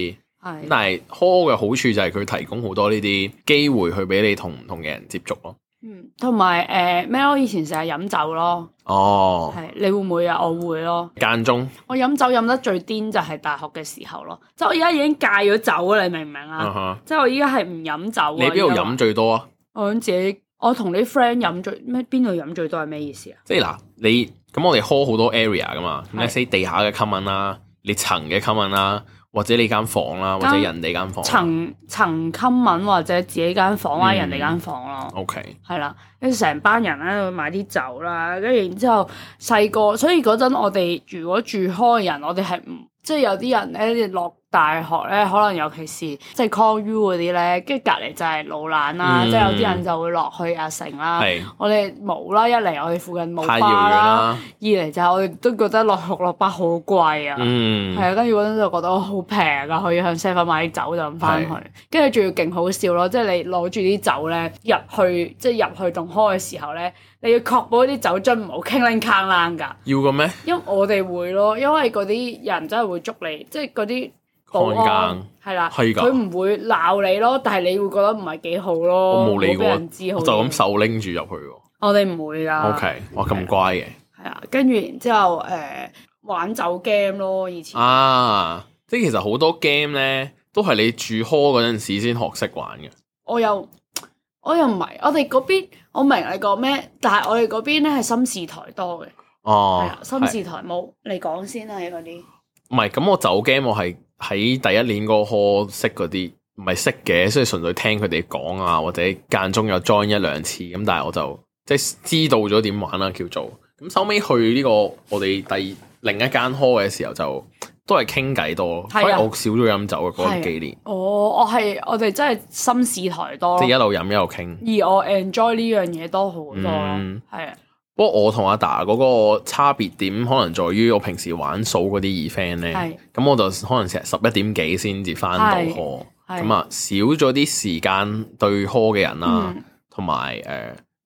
A: 咁
B: 係，
A: 但係 hall 嘅好處就係佢提供好多呢啲機會去俾你同唔同嘅人接觸咯。
B: 嗯，同埋誒咩咯，以前成日飲酒咯，
A: 哦，
B: 係，你會唔會啊？我會咯。
A: 間中
B: 我飲酒飲得最癲就係大學嘅時候咯，即係我而家已經戒咗酒啦，你明唔明
A: 啊
B: 啊？
A: 哈，
B: 即係我依家係唔飲酒啊。
A: 你邊度
B: 而家話
A: 飲？最多啊？
B: 我諗自己，我同啲 friend 飲最咩？邊度飲最多係咩意思啊？
A: 即係嗱，你咁我哋 hall 好多 area 噶嘛，咁
B: 係
A: let's say 地下嘅 common 啦，你層嘅 common 啦，或者你間房啦，或者
B: 間
A: 人哋間房啦。
B: 層層襟文或者自己間房啊，
A: 哦嗯
B: 人哋間房咯，
A: O K，
B: 係啦，跟住成班人喺度買啲酒啦，跟住然之後細個，所以嗰陣我哋如果住開嘅人，我哋係唔即係有啲人咧落大學咧，可能尤其是即係 call U 嗰啲咧，跟住隔離就係老蘭啦，
A: 嗯
B: 即係有啲人就會落去阿城啦。
A: 係
B: 我哋冇啦，一嚟我哋附近啊冇
A: 太遙
B: 巴
A: 遠
B: 啦，
A: 啦。
B: 二嚟就係我哋都覺得落六落巴好貴啊。
A: 嗯，
B: 係啊，跟住嗰陣就覺得哦好平啊，可以向 seven 買啲酒就咁翻去
A: 係，
B: 跟住仲要勁好笑咯，即係你攞住啲酒咧入去，即係入去洞開嘅時候咧，你要確保啲酒樽唔好傾拎坑啷㗎，
A: 要嘅咩？
B: 因為我哋會咯，因為嗰啲人真係會捉你，即係嗰啲保
A: 看
B: 安
A: 更
B: 係啦，
A: 係㗎
B: 佢唔會鬧你咯，但係你會覺得唔係幾好咯，
A: 我冇理
B: 冇俾
A: 過，我
B: 人知好，
A: 就咁，手拎住入去喎。
B: 我哋唔會㗎
A: O K，我咁乖嘅
B: 係啊，跟住然之後誒玩酒 game 咯，以前
A: 啊，即係其實好多 game 咧，都係你住 hall 嗰陣時先學識玩嘅。
B: 我又我又唔係，我哋嗰邊我明你講咩，但係我哋嗰邊咧係深事台多嘅，係
A: 哦
B: 啊，，深
A: 係
B: 事台冇，你講先啦，嗰啲
A: 唔係咁？我走 game 我係喺第一年嗰個 hall 識嗰啲，唔係識嘅，所以純粹聽佢哋講啊，或者間中有 join 一兩次咁，但係我就即係知道咗點玩啦，叫做咁。收尾去呢個我哋第另一間 hall 嘅時候就都係傾偈多，
B: 係啊
A: 所以我少咗飲酒嘅
B: 係
A: 嗰
B: 啊
A: 幾年，
B: 我我係我哋真係深事台多
A: 即係一
B: 咯，
A: 路飲一路傾。
B: 而我 enjoy 呢樣嘢多好多咯
A: 嗯，
B: 係啊，
A: 不過我同阿達嗰個差別點，可能在於我平時玩數嗰啲 event
B: 係
A: 咧，咁我就可能成日十一點幾先至翻到
B: 係
A: hall，
B: 係
A: 咁啊少咗啲時間對 hall 嘅人啦
B: 嗯，
A: 同埋誒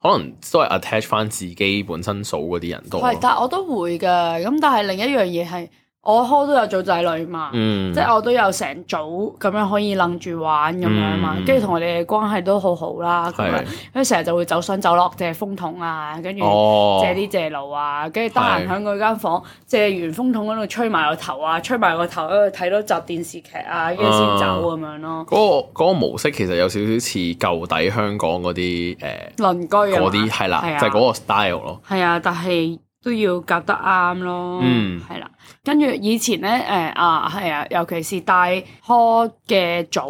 A: 可能都係 attach 翻自己本身數嗰啲人多
B: 係，
A: 咯。
B: 但係我都會嘅，咁但係另一樣嘢係我開都有做仔女嘛。
A: 嗯
B: 即，係我都有成組咁樣可以楞住玩咁樣嘛，
A: 嗯
B: 跟住同我哋嘅關係都好好啦，咁樣
A: 係
B: 跟住成日就會走上走落借風筒啊，跟住
A: 哦，
B: 借啲借路啊，跟住得閒喺佢間房借完風筒嗰度吹埋個頭啊，吹埋個頭喺度睇多集電視劇啊，跟住先走咁樣咯。
A: 嗰個嗰個模式其實有少少似舊底香港嗰啲誒
B: 鄰居啊嘛，
A: 嗯嗰啲係啦
B: 係啊，
A: 就係嗰個 style 咯。
B: 係啊，但係都要夾得啱咯。
A: 嗯
B: 係啦。跟住以前咧，誒、啊，係啊，尤其是大科嘅早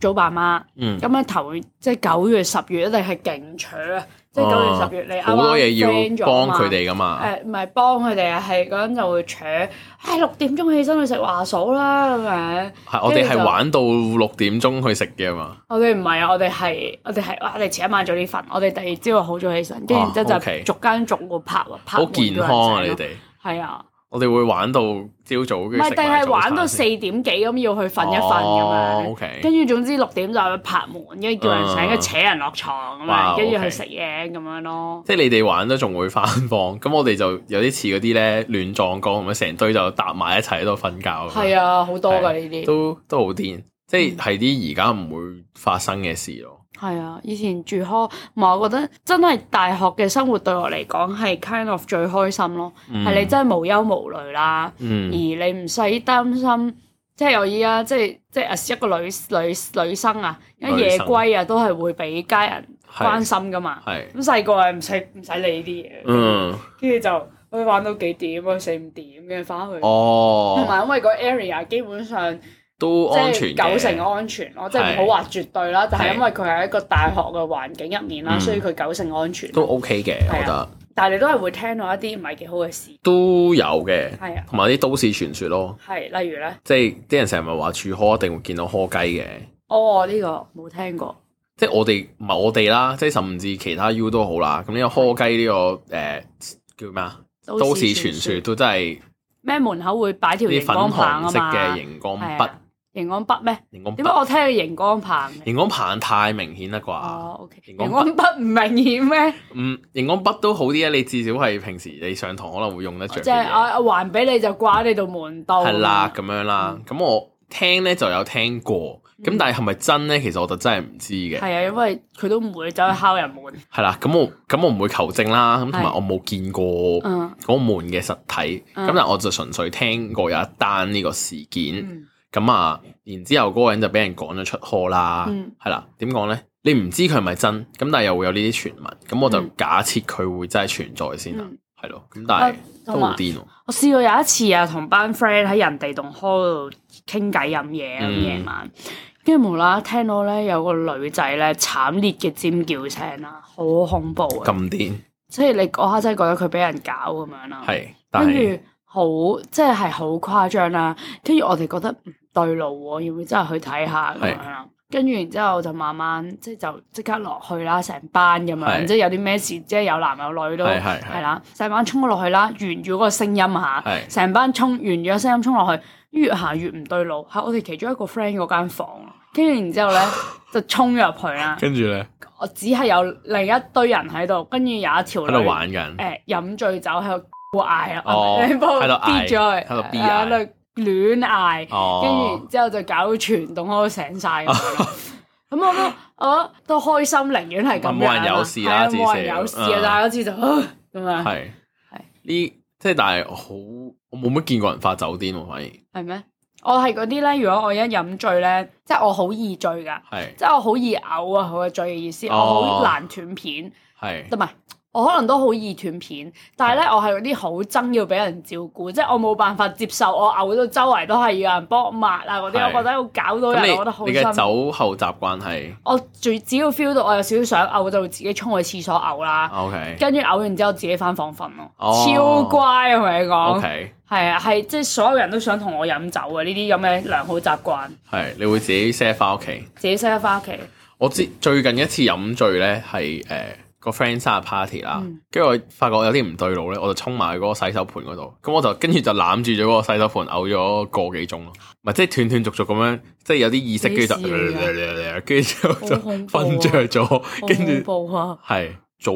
B: 早爸媽，
A: 嗯
B: 咁樣頭即係九月、十月一定係勁搶啊！即係
A: 哦
B: 九月、十月你啱啱
A: 好多嘢要
B: friend 咗啊
A: 幫
B: 嘛
A: 佢哋噶嘛，
B: 誒唔係幫佢哋啊，係嗰陣就會扯，唉六點鐘起身去食華嫂啦咁樣。
A: 係我哋
B: 跟住
A: 係
B: 就
A: 玩到六點鐘去食嘅嘛。
B: 我哋唔係啊，我哋係我哋係哇我哋前一晚早啲瞓，我哋第二朝好早起身，跟
A: 哦
B: 住之後就
A: OK
B: 逐間逐個拍拍
A: 好健康啊！你哋，
B: 係啊，
A: 我哋會玩到朝早，
B: 唔
A: 唔
B: 係定係玩到四點幾咁要去瞓一瞓咁樣。
A: O K，
B: 跟住總之六點就去拍門，跟住叫人醒，
A: 哦嗯
B: 跟住扯人落床咁
A: 哇
B: 樣，跟住去
A: OK
B: 食嘢咁樣咯。
A: 即係你哋玩都仲會翻房，咁我哋就有啲似嗰啲咧亂撞光咁樣，成堆就搭埋一齊喺度瞓覺咁樣。
B: 係啊，好多噶呢
A: 係
B: 啲。
A: 都都好癲，即係係啲而家唔會發生嘅事咯。
B: 係啊，以前住 hall，唔係我覺得真係大學嘅生活對我嚟講係 kind of 最開心咯，係、
A: 嗯
B: 你真係無憂無慮啦，而
A: 嗯
B: 你唔使擔心，即係我依家即係即係一個女女女生啊，一
A: 女生
B: 夜歸啊都係會俾家人關
A: 係
B: 心噶嘛，
A: 係
B: 咁細個係啊唔使唔使理呢啲嘢，
A: 嗯
B: 跟住、就可以玩到幾點啊，四五點跟住翻去。同
A: 哦，
B: 埋因為個 area 基本上
A: 都安
B: 即
A: 全
B: 係九成
A: 嘅，
B: 安全咯，即係
A: 係
B: 唔好話絕對啦，但係
A: 係
B: 因為佢係一個大學嘅環境入面啦，
A: 嗯
B: 所以佢九成安全。
A: 都 O K 嘅，
B: 啊
A: 我覺得
B: 但係你都係會聽到一啲唔係幾好嘅事，
A: 都有嘅，
B: 係啊，
A: 同埋啲都市傳說咯，
B: 係例如咧，
A: 即係啲人成日咪話住殼一定會見到殼雞嘅。
B: 哦呢個冇聽過，
A: 即係我哋唔係我哋啦，即係甚至其他 U 都好啦。咁呢個柯雞呢、個誒、呃叫咩啊？都市傳說都真係
B: 咩門口會擺條
A: 啲
B: 熒
A: 粉
B: 光棒
A: 紅
B: 啊
A: 色
B: 嘛，
A: 嘅熒光
B: 係
A: 筆
B: 啊，熒光筆咩？
A: 熒光
B: 點解
A: 筆
B: 我聽到熒光棒嘅？
A: 熒光棒太明顯啦啩？
B: 哦，OK，
A: 啊熒
B: 熒
A: 光
B: 光筆唔明顯 咩？
A: 嗯，熒光筆都好啲啊！你至少係平時你上堂可能會用得着
B: 哦即
A: 嘅
B: 係
A: 嘢，
B: 我我還俾你就掛喺你度門度，
A: 係啦，咁樣啦。
B: 嗯
A: 咁我聽咧就有聽過，咁但係係咪真咧？其實我就真係唔知嘅。
B: 係啊，因為佢都唔會走去敲人門，
A: 係啦，咁我咁我唔會求證啦，咁同埋
B: 係
A: 我冇見過。
B: 嗯
A: 嗰個門嘅實體，咁、
B: 嗯
A: 但係我就純粹聽過有一單呢個事件，
B: 嗯
A: 咁啊、然之後嗰個人就俾人趕咗出 hall 啦，
B: 嗯
A: 係啦、點講呢？你唔知佢係咪真，咁但係又會有呢啲傳聞，咁我就
B: 嗯
A: 假設佢會真係存在先啦
B: 嗯，
A: 係咯、咁但係
B: 啊
A: 都
B: 同埋
A: 好癲喎，
B: 我試過有一次啊，同班 friend 喺人哋棟 hall 度傾偈飲嘢咁
A: 嗯
B: 夜晚，跟住無啦啦聽到咧有個女仔咧慘烈嘅尖叫聲啦，好恐怖啊！
A: 咁癲
B: 即係你嗰刻真係覺得佢俾人搞咁樣啦，
A: 係，但
B: 跟
A: 係
B: 住好即係係好誇張啦。跟住我哋覺得唔嗯對路喎，要唔要真係去睇下咁樣啦？跟住然之後就慢慢即係就即刻落去啦，成班咁樣，
A: 係
B: 即係有啲咩事，即係有男有女都
A: 係係係
B: 係啦，成班衝咗落去啦，沿住嗰個聲音下，
A: 係
B: 成班衝沿住個聲音衝落去，越行越唔對路，喺我哋其中一個 friend 嗰間房，跟住然之後咧就衝咗入去啦，
A: 跟住咧
B: 我只係有另一堆人喺度，跟住有一條
A: 喺度
B: 女。
A: 玩緊，
B: 誒飲醉酒喺度嗌
A: 嗯哦
B: 啊，你 幫我
A: 喺度嗌
B: 跌咗佢，啊
A: 喺度 B 嗌
B: 喺度亂嗌，跟住
A: 哦
B: 然，之後就搞到全棟都醒晒咁樣咯。咁我都我都開心，寧願係咁樣
A: 冇人有
B: 啊
A: 事啦
B: 係啊
A: 至
B: 冇人
A: 少
B: 有事
A: 嗯
B: 啊，但係嗰次就 咁啊，
A: 係
B: 係
A: 呢即係但係好，我冇乜見過人發酒癲喎，反而
B: 係咩？我係嗰啲咧，如果我一飲醉咧，即係我好易醉㗎，
A: 係
B: 即係我好易嘔啊！我嘅醉嘅意思，我
A: 哦
B: 好難斷片。
A: 係
B: 同埋我可能都好易斷片，但係咧我係嗰啲好憎要俾人照顧，即係我冇辦法接受我嘔到周圍都係有人幫我抹啊嗰啲，
A: 係
B: 我覺得好搞到
A: 咁
B: 人，我覺得好
A: 你你嘅
B: 辛苦。
A: 酒後習慣係
B: 我最只要 feel 到我有少少想嘔，就會自己衝去廁所嘔啦，
A: 啊 OK
B: 跟住嘔完之後自己翻房瞓咯，
A: 哦
B: 超乖啊！同你講，
A: OK
B: 係啊，係即係所有人都想同我飲酒嘅呢啲咁嘅良好習慣，
A: 係，你會自己 set 翻屋企。
B: 自己識得翻屋企。
A: 我知最近一次飲醉咧係誒個 friend 生日 party 啦，
B: 嗯
A: 跟住、我發覺有啲唔對路咧，我就衝埋去嗰個洗手盆嗰度，咁我就跟住就攬住咗嗰個洗手盆嘔咗個幾鐘咯，咪即係斷斷續續咁樣，即係有啲意識，跟住就
B: 幾時嚟
A: 跟住 就就
B: 好恐怖啊
A: 瞓着咗，
B: 好恐
A: 跟住
B: 怖啊！
A: 係早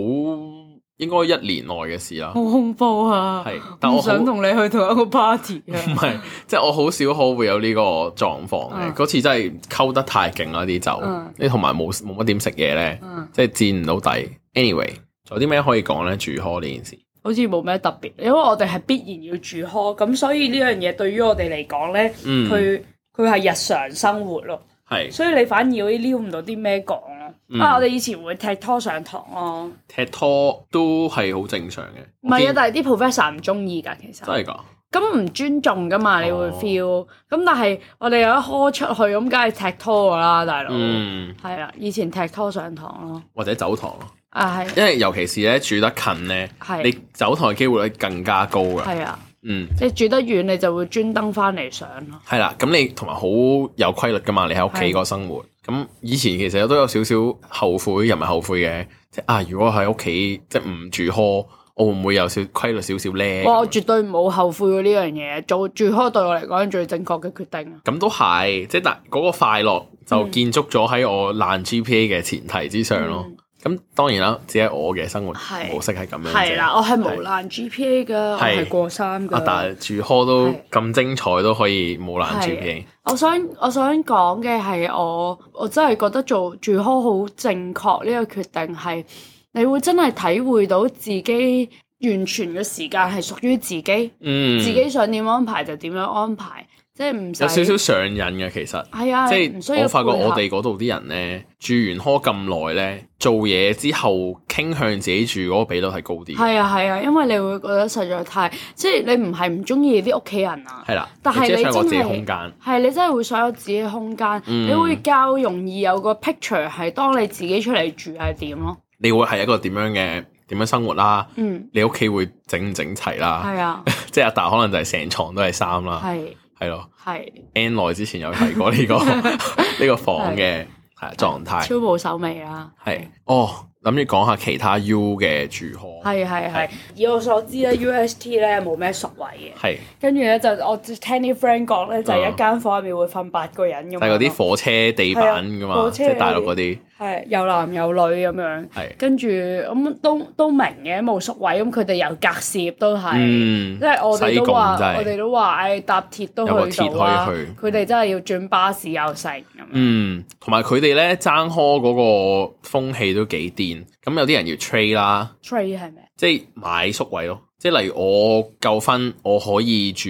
A: 應該一年內嘅事啦
B: 好，恐怖啊！
A: 係但
B: 唔
A: 我好
B: 想同你去同一個 party 啊！
A: 唔係即係我好少可會有呢個狀況嘅，
B: 嗯
A: 嗰、次真係溝得太勁啦啲酒
B: 嗯，
A: 你同埋冇冇乜點食嘢咧。
B: 嗯。
A: 即係佔唔到底。anyway，仲有啲咩可以講咧？住 hall 呢件事
B: 好似冇咩特別，因為我哋係必然要住 hall，咁所以呢樣嘢對於我哋嚟講咧，
A: 嗯
B: 佢佢係日常生活咯，
A: 係
B: 所以你反而會撩唔到啲咩講咯。
A: 嗯
B: 啊，我哋以前會踢拖上堂咯，
A: 踢拖都係好正常嘅。
B: 唔係啊，
A: 啊，
B: 但係啲 professor 唔中意㗎，其
A: 真
B: 實
A: 係㗎。
B: 咁唔尊重㗎嘛，你會
A: 哦
B: feel 咁，但係我哋有一 hall 出去咁，梗係踢拖㗎啦，大佬。
A: 嗯，
B: 係啦，以前踢拖上堂咯，
A: 或者走堂咯，
B: 啊係
A: 因為尤其是咧住得近咧，
B: 係
A: 你走堂嘅機會率更加高嘅。
B: 係啊，
A: 嗯，
B: 你住得遠你就會專登翻嚟上咯，
A: 係啦。咁你同埋好有規律㗎嘛？你喺屋企
B: 係
A: 個生活。咁以前其實都有少少後悔，又唔係後悔嘅，即係啊，如果喺屋企即係唔住 hall，我會唔會有少規律少少咧？
B: 哇！我絕對冇後悔過呢樣嘢，做住開對我嚟講係最正確嘅決定啊！
A: 咁都係，即係但嗰個快樂
B: 嗯
A: 就建築咗喺我爛 GPA 嘅前提之上咯。咁、當然啦，只係我嘅生活
B: 嗯係
A: 模式係咁樣啫
B: 係啦，我係無爛 GPA 噶，我係過三
A: 啊，
B: 噶。
A: 但係住科都
B: 係
A: 咁精彩都可以冇爛
B: 係
A: GPA，
B: 我想我想講嘅係我我真係覺得做住開好正確呢個決定係，你會真係體會到自己完全嘅時間係屬於自己，
A: 嗯，
B: 自己想點安排就點樣安排，即係唔使
A: 有少少上癮嘅其實。
B: 係啊，
A: 即
B: 唔需
A: 係
B: 要
A: 我發覺
B: 配合
A: 我哋嗰度啲人咧，住完科咁耐咧，做嘢之後傾向自己住嗰個比率係高啲嘅，
B: 係啊係啊，因為你會覺得實在太即係你唔係唔中意啲屋企人啊。
A: 係啦，
B: 但係
A: 即係
B: 你
A: 想有個自己
B: 真係
A: 空間，
B: 係你真係會想有自己空間，
A: 嗯
B: 你會較容易有個 picture 係當你自己出嚟住係點咯。
A: 你會係一個點樣嘅點樣生活啦，
B: 嗯，
A: 你屋企會整唔整齊啦，
B: 係 啊，
A: 即係阿達可能就係成床都係衫啦，
B: 係
A: 係咯
B: 係
A: ，N 耐之前有提過 呢、個呢個房嘅係狀態，
B: 超冇手尾啦。
A: 係哦，諗住講下其他 U 嘅住項，
B: 係係係，以我所知咧，UST 咧冇咩宿位嘅，
A: 係
B: 跟住咧就我聽啲 friend 講咧，就係一間房入面會瞓八個人咁樣咯。
A: 啊但係嗰啲火車地板噶
B: 係啊
A: 嘛，
B: 火
A: 即
B: 車
A: 係大陸嗰啲
B: 係有男有女咁樣，
A: 係，
B: 跟住咁都都明嘅冇宿位，咁佢哋有隔涉都係。
A: 嗯
B: 即，係我哋
A: 西
B: 都
A: 貢
B: 話，
A: 真係
B: 我哋都話，誒搭鐵都去
A: 有
B: 到
A: 個鐵
B: 啦。
A: 可以去
B: 佢哋真係要轉巴士又成咁樣。
A: 嗯，同埋佢哋咧爭開嗰個風氣都幾癲，咁有啲人要 trade 啦，
B: Train 係咩？
A: 即係買宿位咯，即係例如我夠分，我可以住，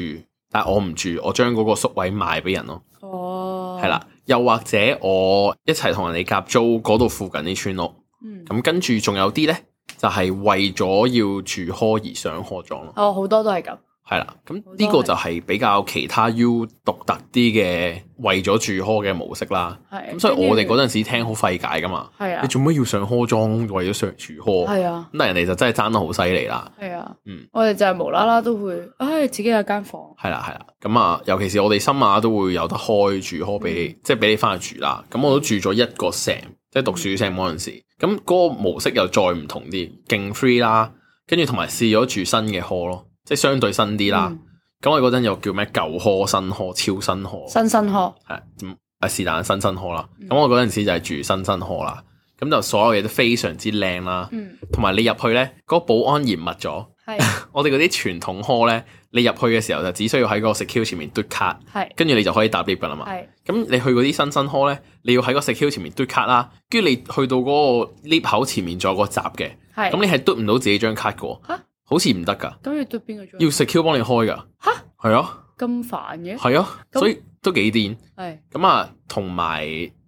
A: 但係我唔住，我將嗰個宿位賣俾人咯。
B: 哦，
A: 係，啦，又或者我一齊同人哋夾租嗰度附近啲村屋，
B: 嗯，
A: 咁跟住仲有啲呢，就係為咗要住科而上科莊咯，
B: 哦，好多都係咁，
A: 係啦，咁
B: 好多
A: 呢個就係比較其他 U 獨特啲嘅為咗住科嘅模式啦。
B: 係
A: 咁所以我哋
B: 跟住
A: 嗰陣時聽好費解噶嘛，
B: 係啊
A: 你，做乜要上科莊為咗上住科？
B: 係啊，
A: 咁但係人哋就真係爭得好犀利啦。
B: 係啊，
A: 嗯
B: 我哋就係無啦啦都會，唉，自己有間房，
A: 係啦，係啦，咁啊，尤其是我哋深馬都會有得開住科俾
B: 嗯
A: 你，即係俾你翻去住啦。咁我都住咗一個 sem，即係讀書 sem 嗰陣時，咁嗰個模式又再唔同啲，勁 free 啦，跟住同埋試咗住新嘅科咯，即係相對新啲啦。
B: 嗯
A: 咁我嗰陣又叫咩舊科、新科、超新科，
B: 新嗯新殼，
A: 係嗯啊是但新新科啦。咁我嗰陣時就係住新新科啦，咁就所有嘢都非常之靚啦，
B: 嗯，
A: 同埋你入去咧，嗰個保安嚴密咗。
B: 係
A: 我哋嗰啲傳統科咧，你入去嘅時候就只需要喺個 secure 前面嘟卡，
B: 係
A: 跟住你就可以搭 lift 噶啦嘛。
B: 係
A: 咁啊你去嗰啲新新科咧，你要喺個 secure 前面嘟卡啦，跟住你去到嗰個 lift 口前面仲有個閘嘅，
B: 係，
A: 咁你係嘟唔到自己張卡噶喎
B: 吓，
A: 好似唔得噶，
B: 咁要對邊個做？
A: 要 secure 幫你開噶。
B: 吓
A: 係啊，
B: 咁煩嘅，
A: 係啊，
B: 咁
A: 所以都幾癲。
B: 係
A: 咁啊，同埋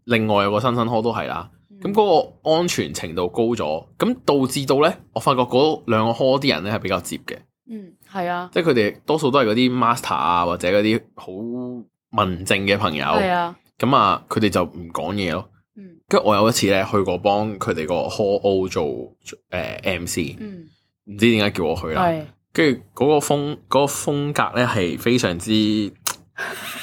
A: 另外有個新新科都係啦。咁
B: 嗯
A: 嗰個安全程度高咗，咁導致到咧，我發覺嗰兩個科啲人咧係比較接嘅。
B: 嗯係啊
A: 即係佢哋多數都係嗰啲 master 啊，或者嗰啲好文靜嘅朋友，
B: 係啊，
A: 咁啊佢哋就唔講嘢咯。
B: 嗯
A: 跟住我有一次咧去過幫佢哋個 hall O 做誒、呃 MC，
B: 嗯
A: 唔知點解叫我去啦。
B: 係
A: 跟住嗰個風嗰、個風格咧係非常之唔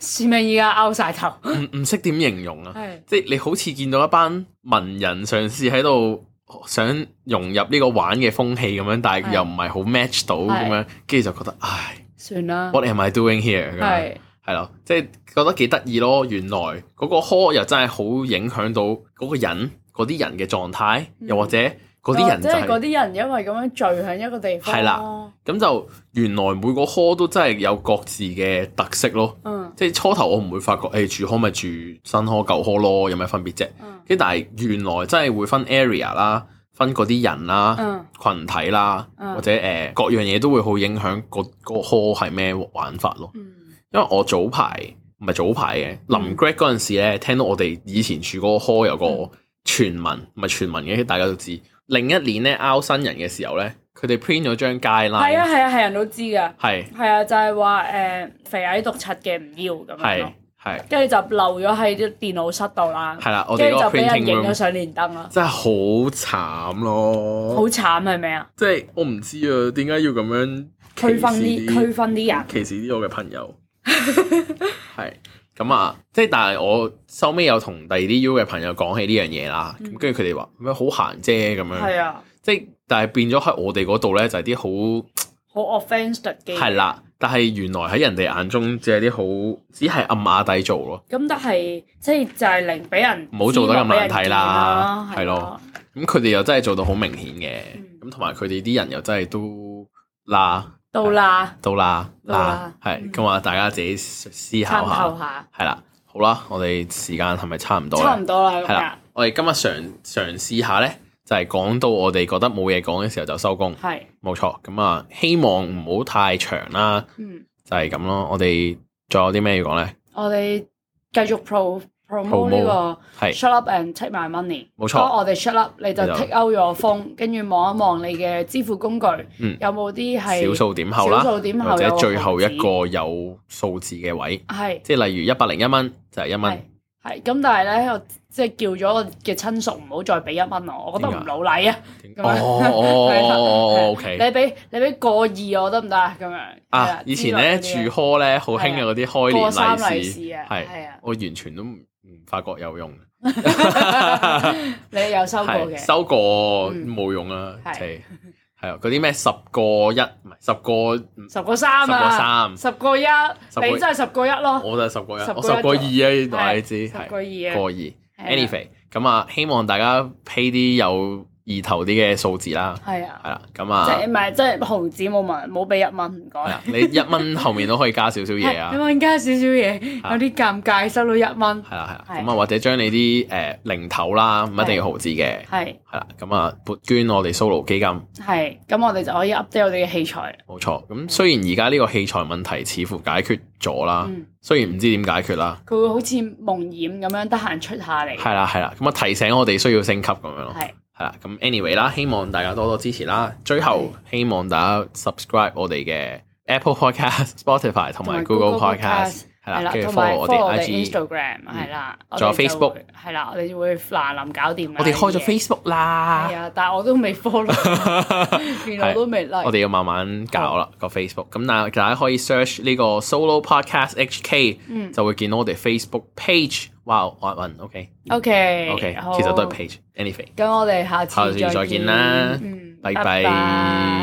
B: 是咪而家拗晒頭？
A: 唔識點形容啊！
B: 係
A: 即係你好似見到一班文人嘗試喺度想融入呢個玩嘅風氣咁樣，但係
B: 係
A: 又唔係好 match 到咁樣，跟住就覺得唉
B: 算啦，
A: ，what am I doing here？咁樣
B: 係
A: 係咯，即係覺得幾得意咯。原來嗰個科又真係好影響到嗰個人嗰啲人嘅狀態，
B: 嗯哦
A: 又或者嗰啲人
B: 即
A: 就
B: 係嗰
A: 係、
B: 啲人因為咁樣聚喺一個地方，
A: 係啦，咁就原來每個科都真係有各自嘅特色咯。
B: 嗯
A: 即係初頭我唔會發覺，誒、住科咪住新科舊科咯，有咩分別啫？
B: 嗯
A: 跟住但係原來真係會分 area 啦，分嗰啲人啦。
B: 嗯
A: 群體啦，
B: 嗯
A: 或者誒、呃各樣嘢都會好影響個個科係咩玩法咯。
B: 嗯
A: 因為我早排唔係早排嘅，臨 grad 嗰陣時咧，聽到我哋以前住嗰個 hall 有個
B: 嗯
A: 傳聞，唔係傳聞嘅，大家都知。另一年咧 out 新人嘅時候咧，佢哋 print 咗張
B: 係啊
A: guideline，
B: 係啊係人都知㗎。
A: 係
B: 係啊，就係話誒肥矮毒柒嘅唔要咁樣
A: 係
B: 咯，
A: 係
B: 跟住就留咗喺啲電腦室度啦，
A: 係啦，我哋
B: 跟住
A: 嗰
B: 就
A: 個
B: 俾人
A: printing
B: 影咗
A: room
B: 上連登啦，
A: 真係好慘
B: 好
A: 咯，
B: 慘係咪啊？
A: 即係我唔知啊，點解要咁樣
B: 區分
A: 歧視
B: 啲區分啲人，
A: 歧視啲我嘅朋友。係咁啊，即係但係我收尾有同第二啲 U 嘅朋友講起呢樣嘢啦，咁跟住佢哋話咩好閒啫咁樣，
B: 嗯係啊，
A: 即係但係變咗喺我哋嗰度咧就係啲
B: 好 offensive 嘅。
A: 好係，啦，但係原來喺人哋眼中只係啲好只係暗啞底做咯，
B: 咁但係即係就係令俾人
A: 唔好做得咁難睇啦
B: 知道俾人見
A: 係咯，咁佢哋又真係做到好明顯嘅，
B: 嗯
A: 咁同埋佢哋啲人又真係都啦
B: 到啦，
A: 到啦
B: 到啦嗯
A: 啦，係咁啊，大家自己思
B: 探
A: 考下
B: 頭。下，
A: 係啦，好啦，我哋時間係咪差唔多
B: 差唔
A: 咧？
B: 多啦
A: 係啦
B: 咁，
A: 我哋今日嘗嘗試下咧，就係、講到我哋覺得冇嘢講嘅時候就收工
B: 日，，係，
A: 冇錯。咁啊，希望唔好太長啦，
B: 嗯，
A: 就係咁咯。我哋仲有啲咩要講咧？
B: 我哋繼續 pro promote
A: Promote
B: 呢個
A: 係
B: shut up and take my money。
A: 冇
B: 當
A: 錯，
B: 我哋 shut up，你就
A: 你就
B: take out 咗風，跟住望一望你嘅支付工具，
A: 嗯
B: 有冇啲係
A: 小數點後啦，
B: 小數點後
A: 或者
B: 有個
A: 最後一
B: 毫子
A: 個有數字嘅位，
B: 係
A: 即係例如一百零一蚊就係一
B: 係
A: 蚊，
B: 係咁，但係咧，我即係叫咗我嘅親屬唔好再俾一蚊我，我覺得唔
A: 點解
B: 老禮啊。
A: 哦
B: 係啦
A: 哦哦
B: 係啊
A: ，OK。
B: 你俾你俾過二我得唔得啊？咁樣係
A: 啊
B: 啦！
A: 以前咧
B: 之類
A: 住
B: 嗰啲
A: 科咧好興
B: 係
A: 嘅嗰啲開
B: 過三
A: 年
B: 利
A: 利
B: 是
A: 是
B: 啊
A: 係
B: 係啊
A: 我完全都唔唔發覺有用。
B: 啊你有收過
A: 係
B: 嘅，
A: 收過
B: 嗯
A: 冇用啦，
B: 係
A: 係係啊，嗰啲咩十個一唔係十個，
B: 十個三啊，
A: 十
B: 十個一，
A: 個一
B: 你真係十個一咯，
A: 我就係十個一，
B: 十個一
A: 我十個二啊，呢度
B: 係
A: 你知
B: 十個
A: 係
B: 二
A: 個
B: 啊。
A: 二
B: 係啊
A: ，anyway 咁啊，希望大家 pay 啲有意頭啲嘅數字啦，
B: 係啊
A: 係，啦，咁
B: 即
A: 啊
B: 係，唔係即係毫子冇問，冇俾一蚊唔該
A: 係。啦啊你一蚊後面都可以加少少嘢啊
B: 係一，蚊加少少嘢，
A: 啊
B: 有啲尷尬，收到一蚊，
A: 係啦係啦，
B: 係
A: 咁啊或者將你啲誒零頭啦，唔一定要毫子嘅，
B: 係
A: 係啦，咁啊撥捐我哋 solo 基金。
B: 係，咁我哋就可以 update 我哋嘅器材。
A: 冇錯，咁雖然而家呢個器材問題似乎解決咗啦，
B: 嗯
A: 雖然唔知點解決啦，
B: 佢會好似夢魘咁樣，得閒出下嚟。
A: 係啦係啦，咁啊提醒我哋需要升級咁樣咯，
B: 係
A: 係啦，咁 anyway 啦，希望大家多多支持啦。最後希望大家 subscribe 我哋嘅 Apple Podcast、Spotify 同埋 Google Podcast 係
B: 係
A: 啦，
B: 啦，
A: 跟住
B: 同埋
A: follow 我哋
B: follow
A: IG。
B: Instagram 係啦，我哋
A: 仲有
B: 就
A: Facebook
B: 會係啦，我哋就會嗱臨搞掂啦。啊
A: 我哋開咗
B: 呢啲嘢
A: Facebook 啦
B: 係，啊，但係我都未 follow，原 來我都未 like。
A: 我哋要慢慢搞啦個 Facebook。咁但係大家可以 search 呢個 Solo Podcast
B: 嗯
A: HK，就會見到我哋 Facebook page。哇，我嗯揾 OK
B: OK
A: OK，
B: 好
A: 其實都係 page。Anyway，
B: 咁我哋下次
A: 下次再見啦
B: 嗯，
A: 拜
B: 拜
A: 拜。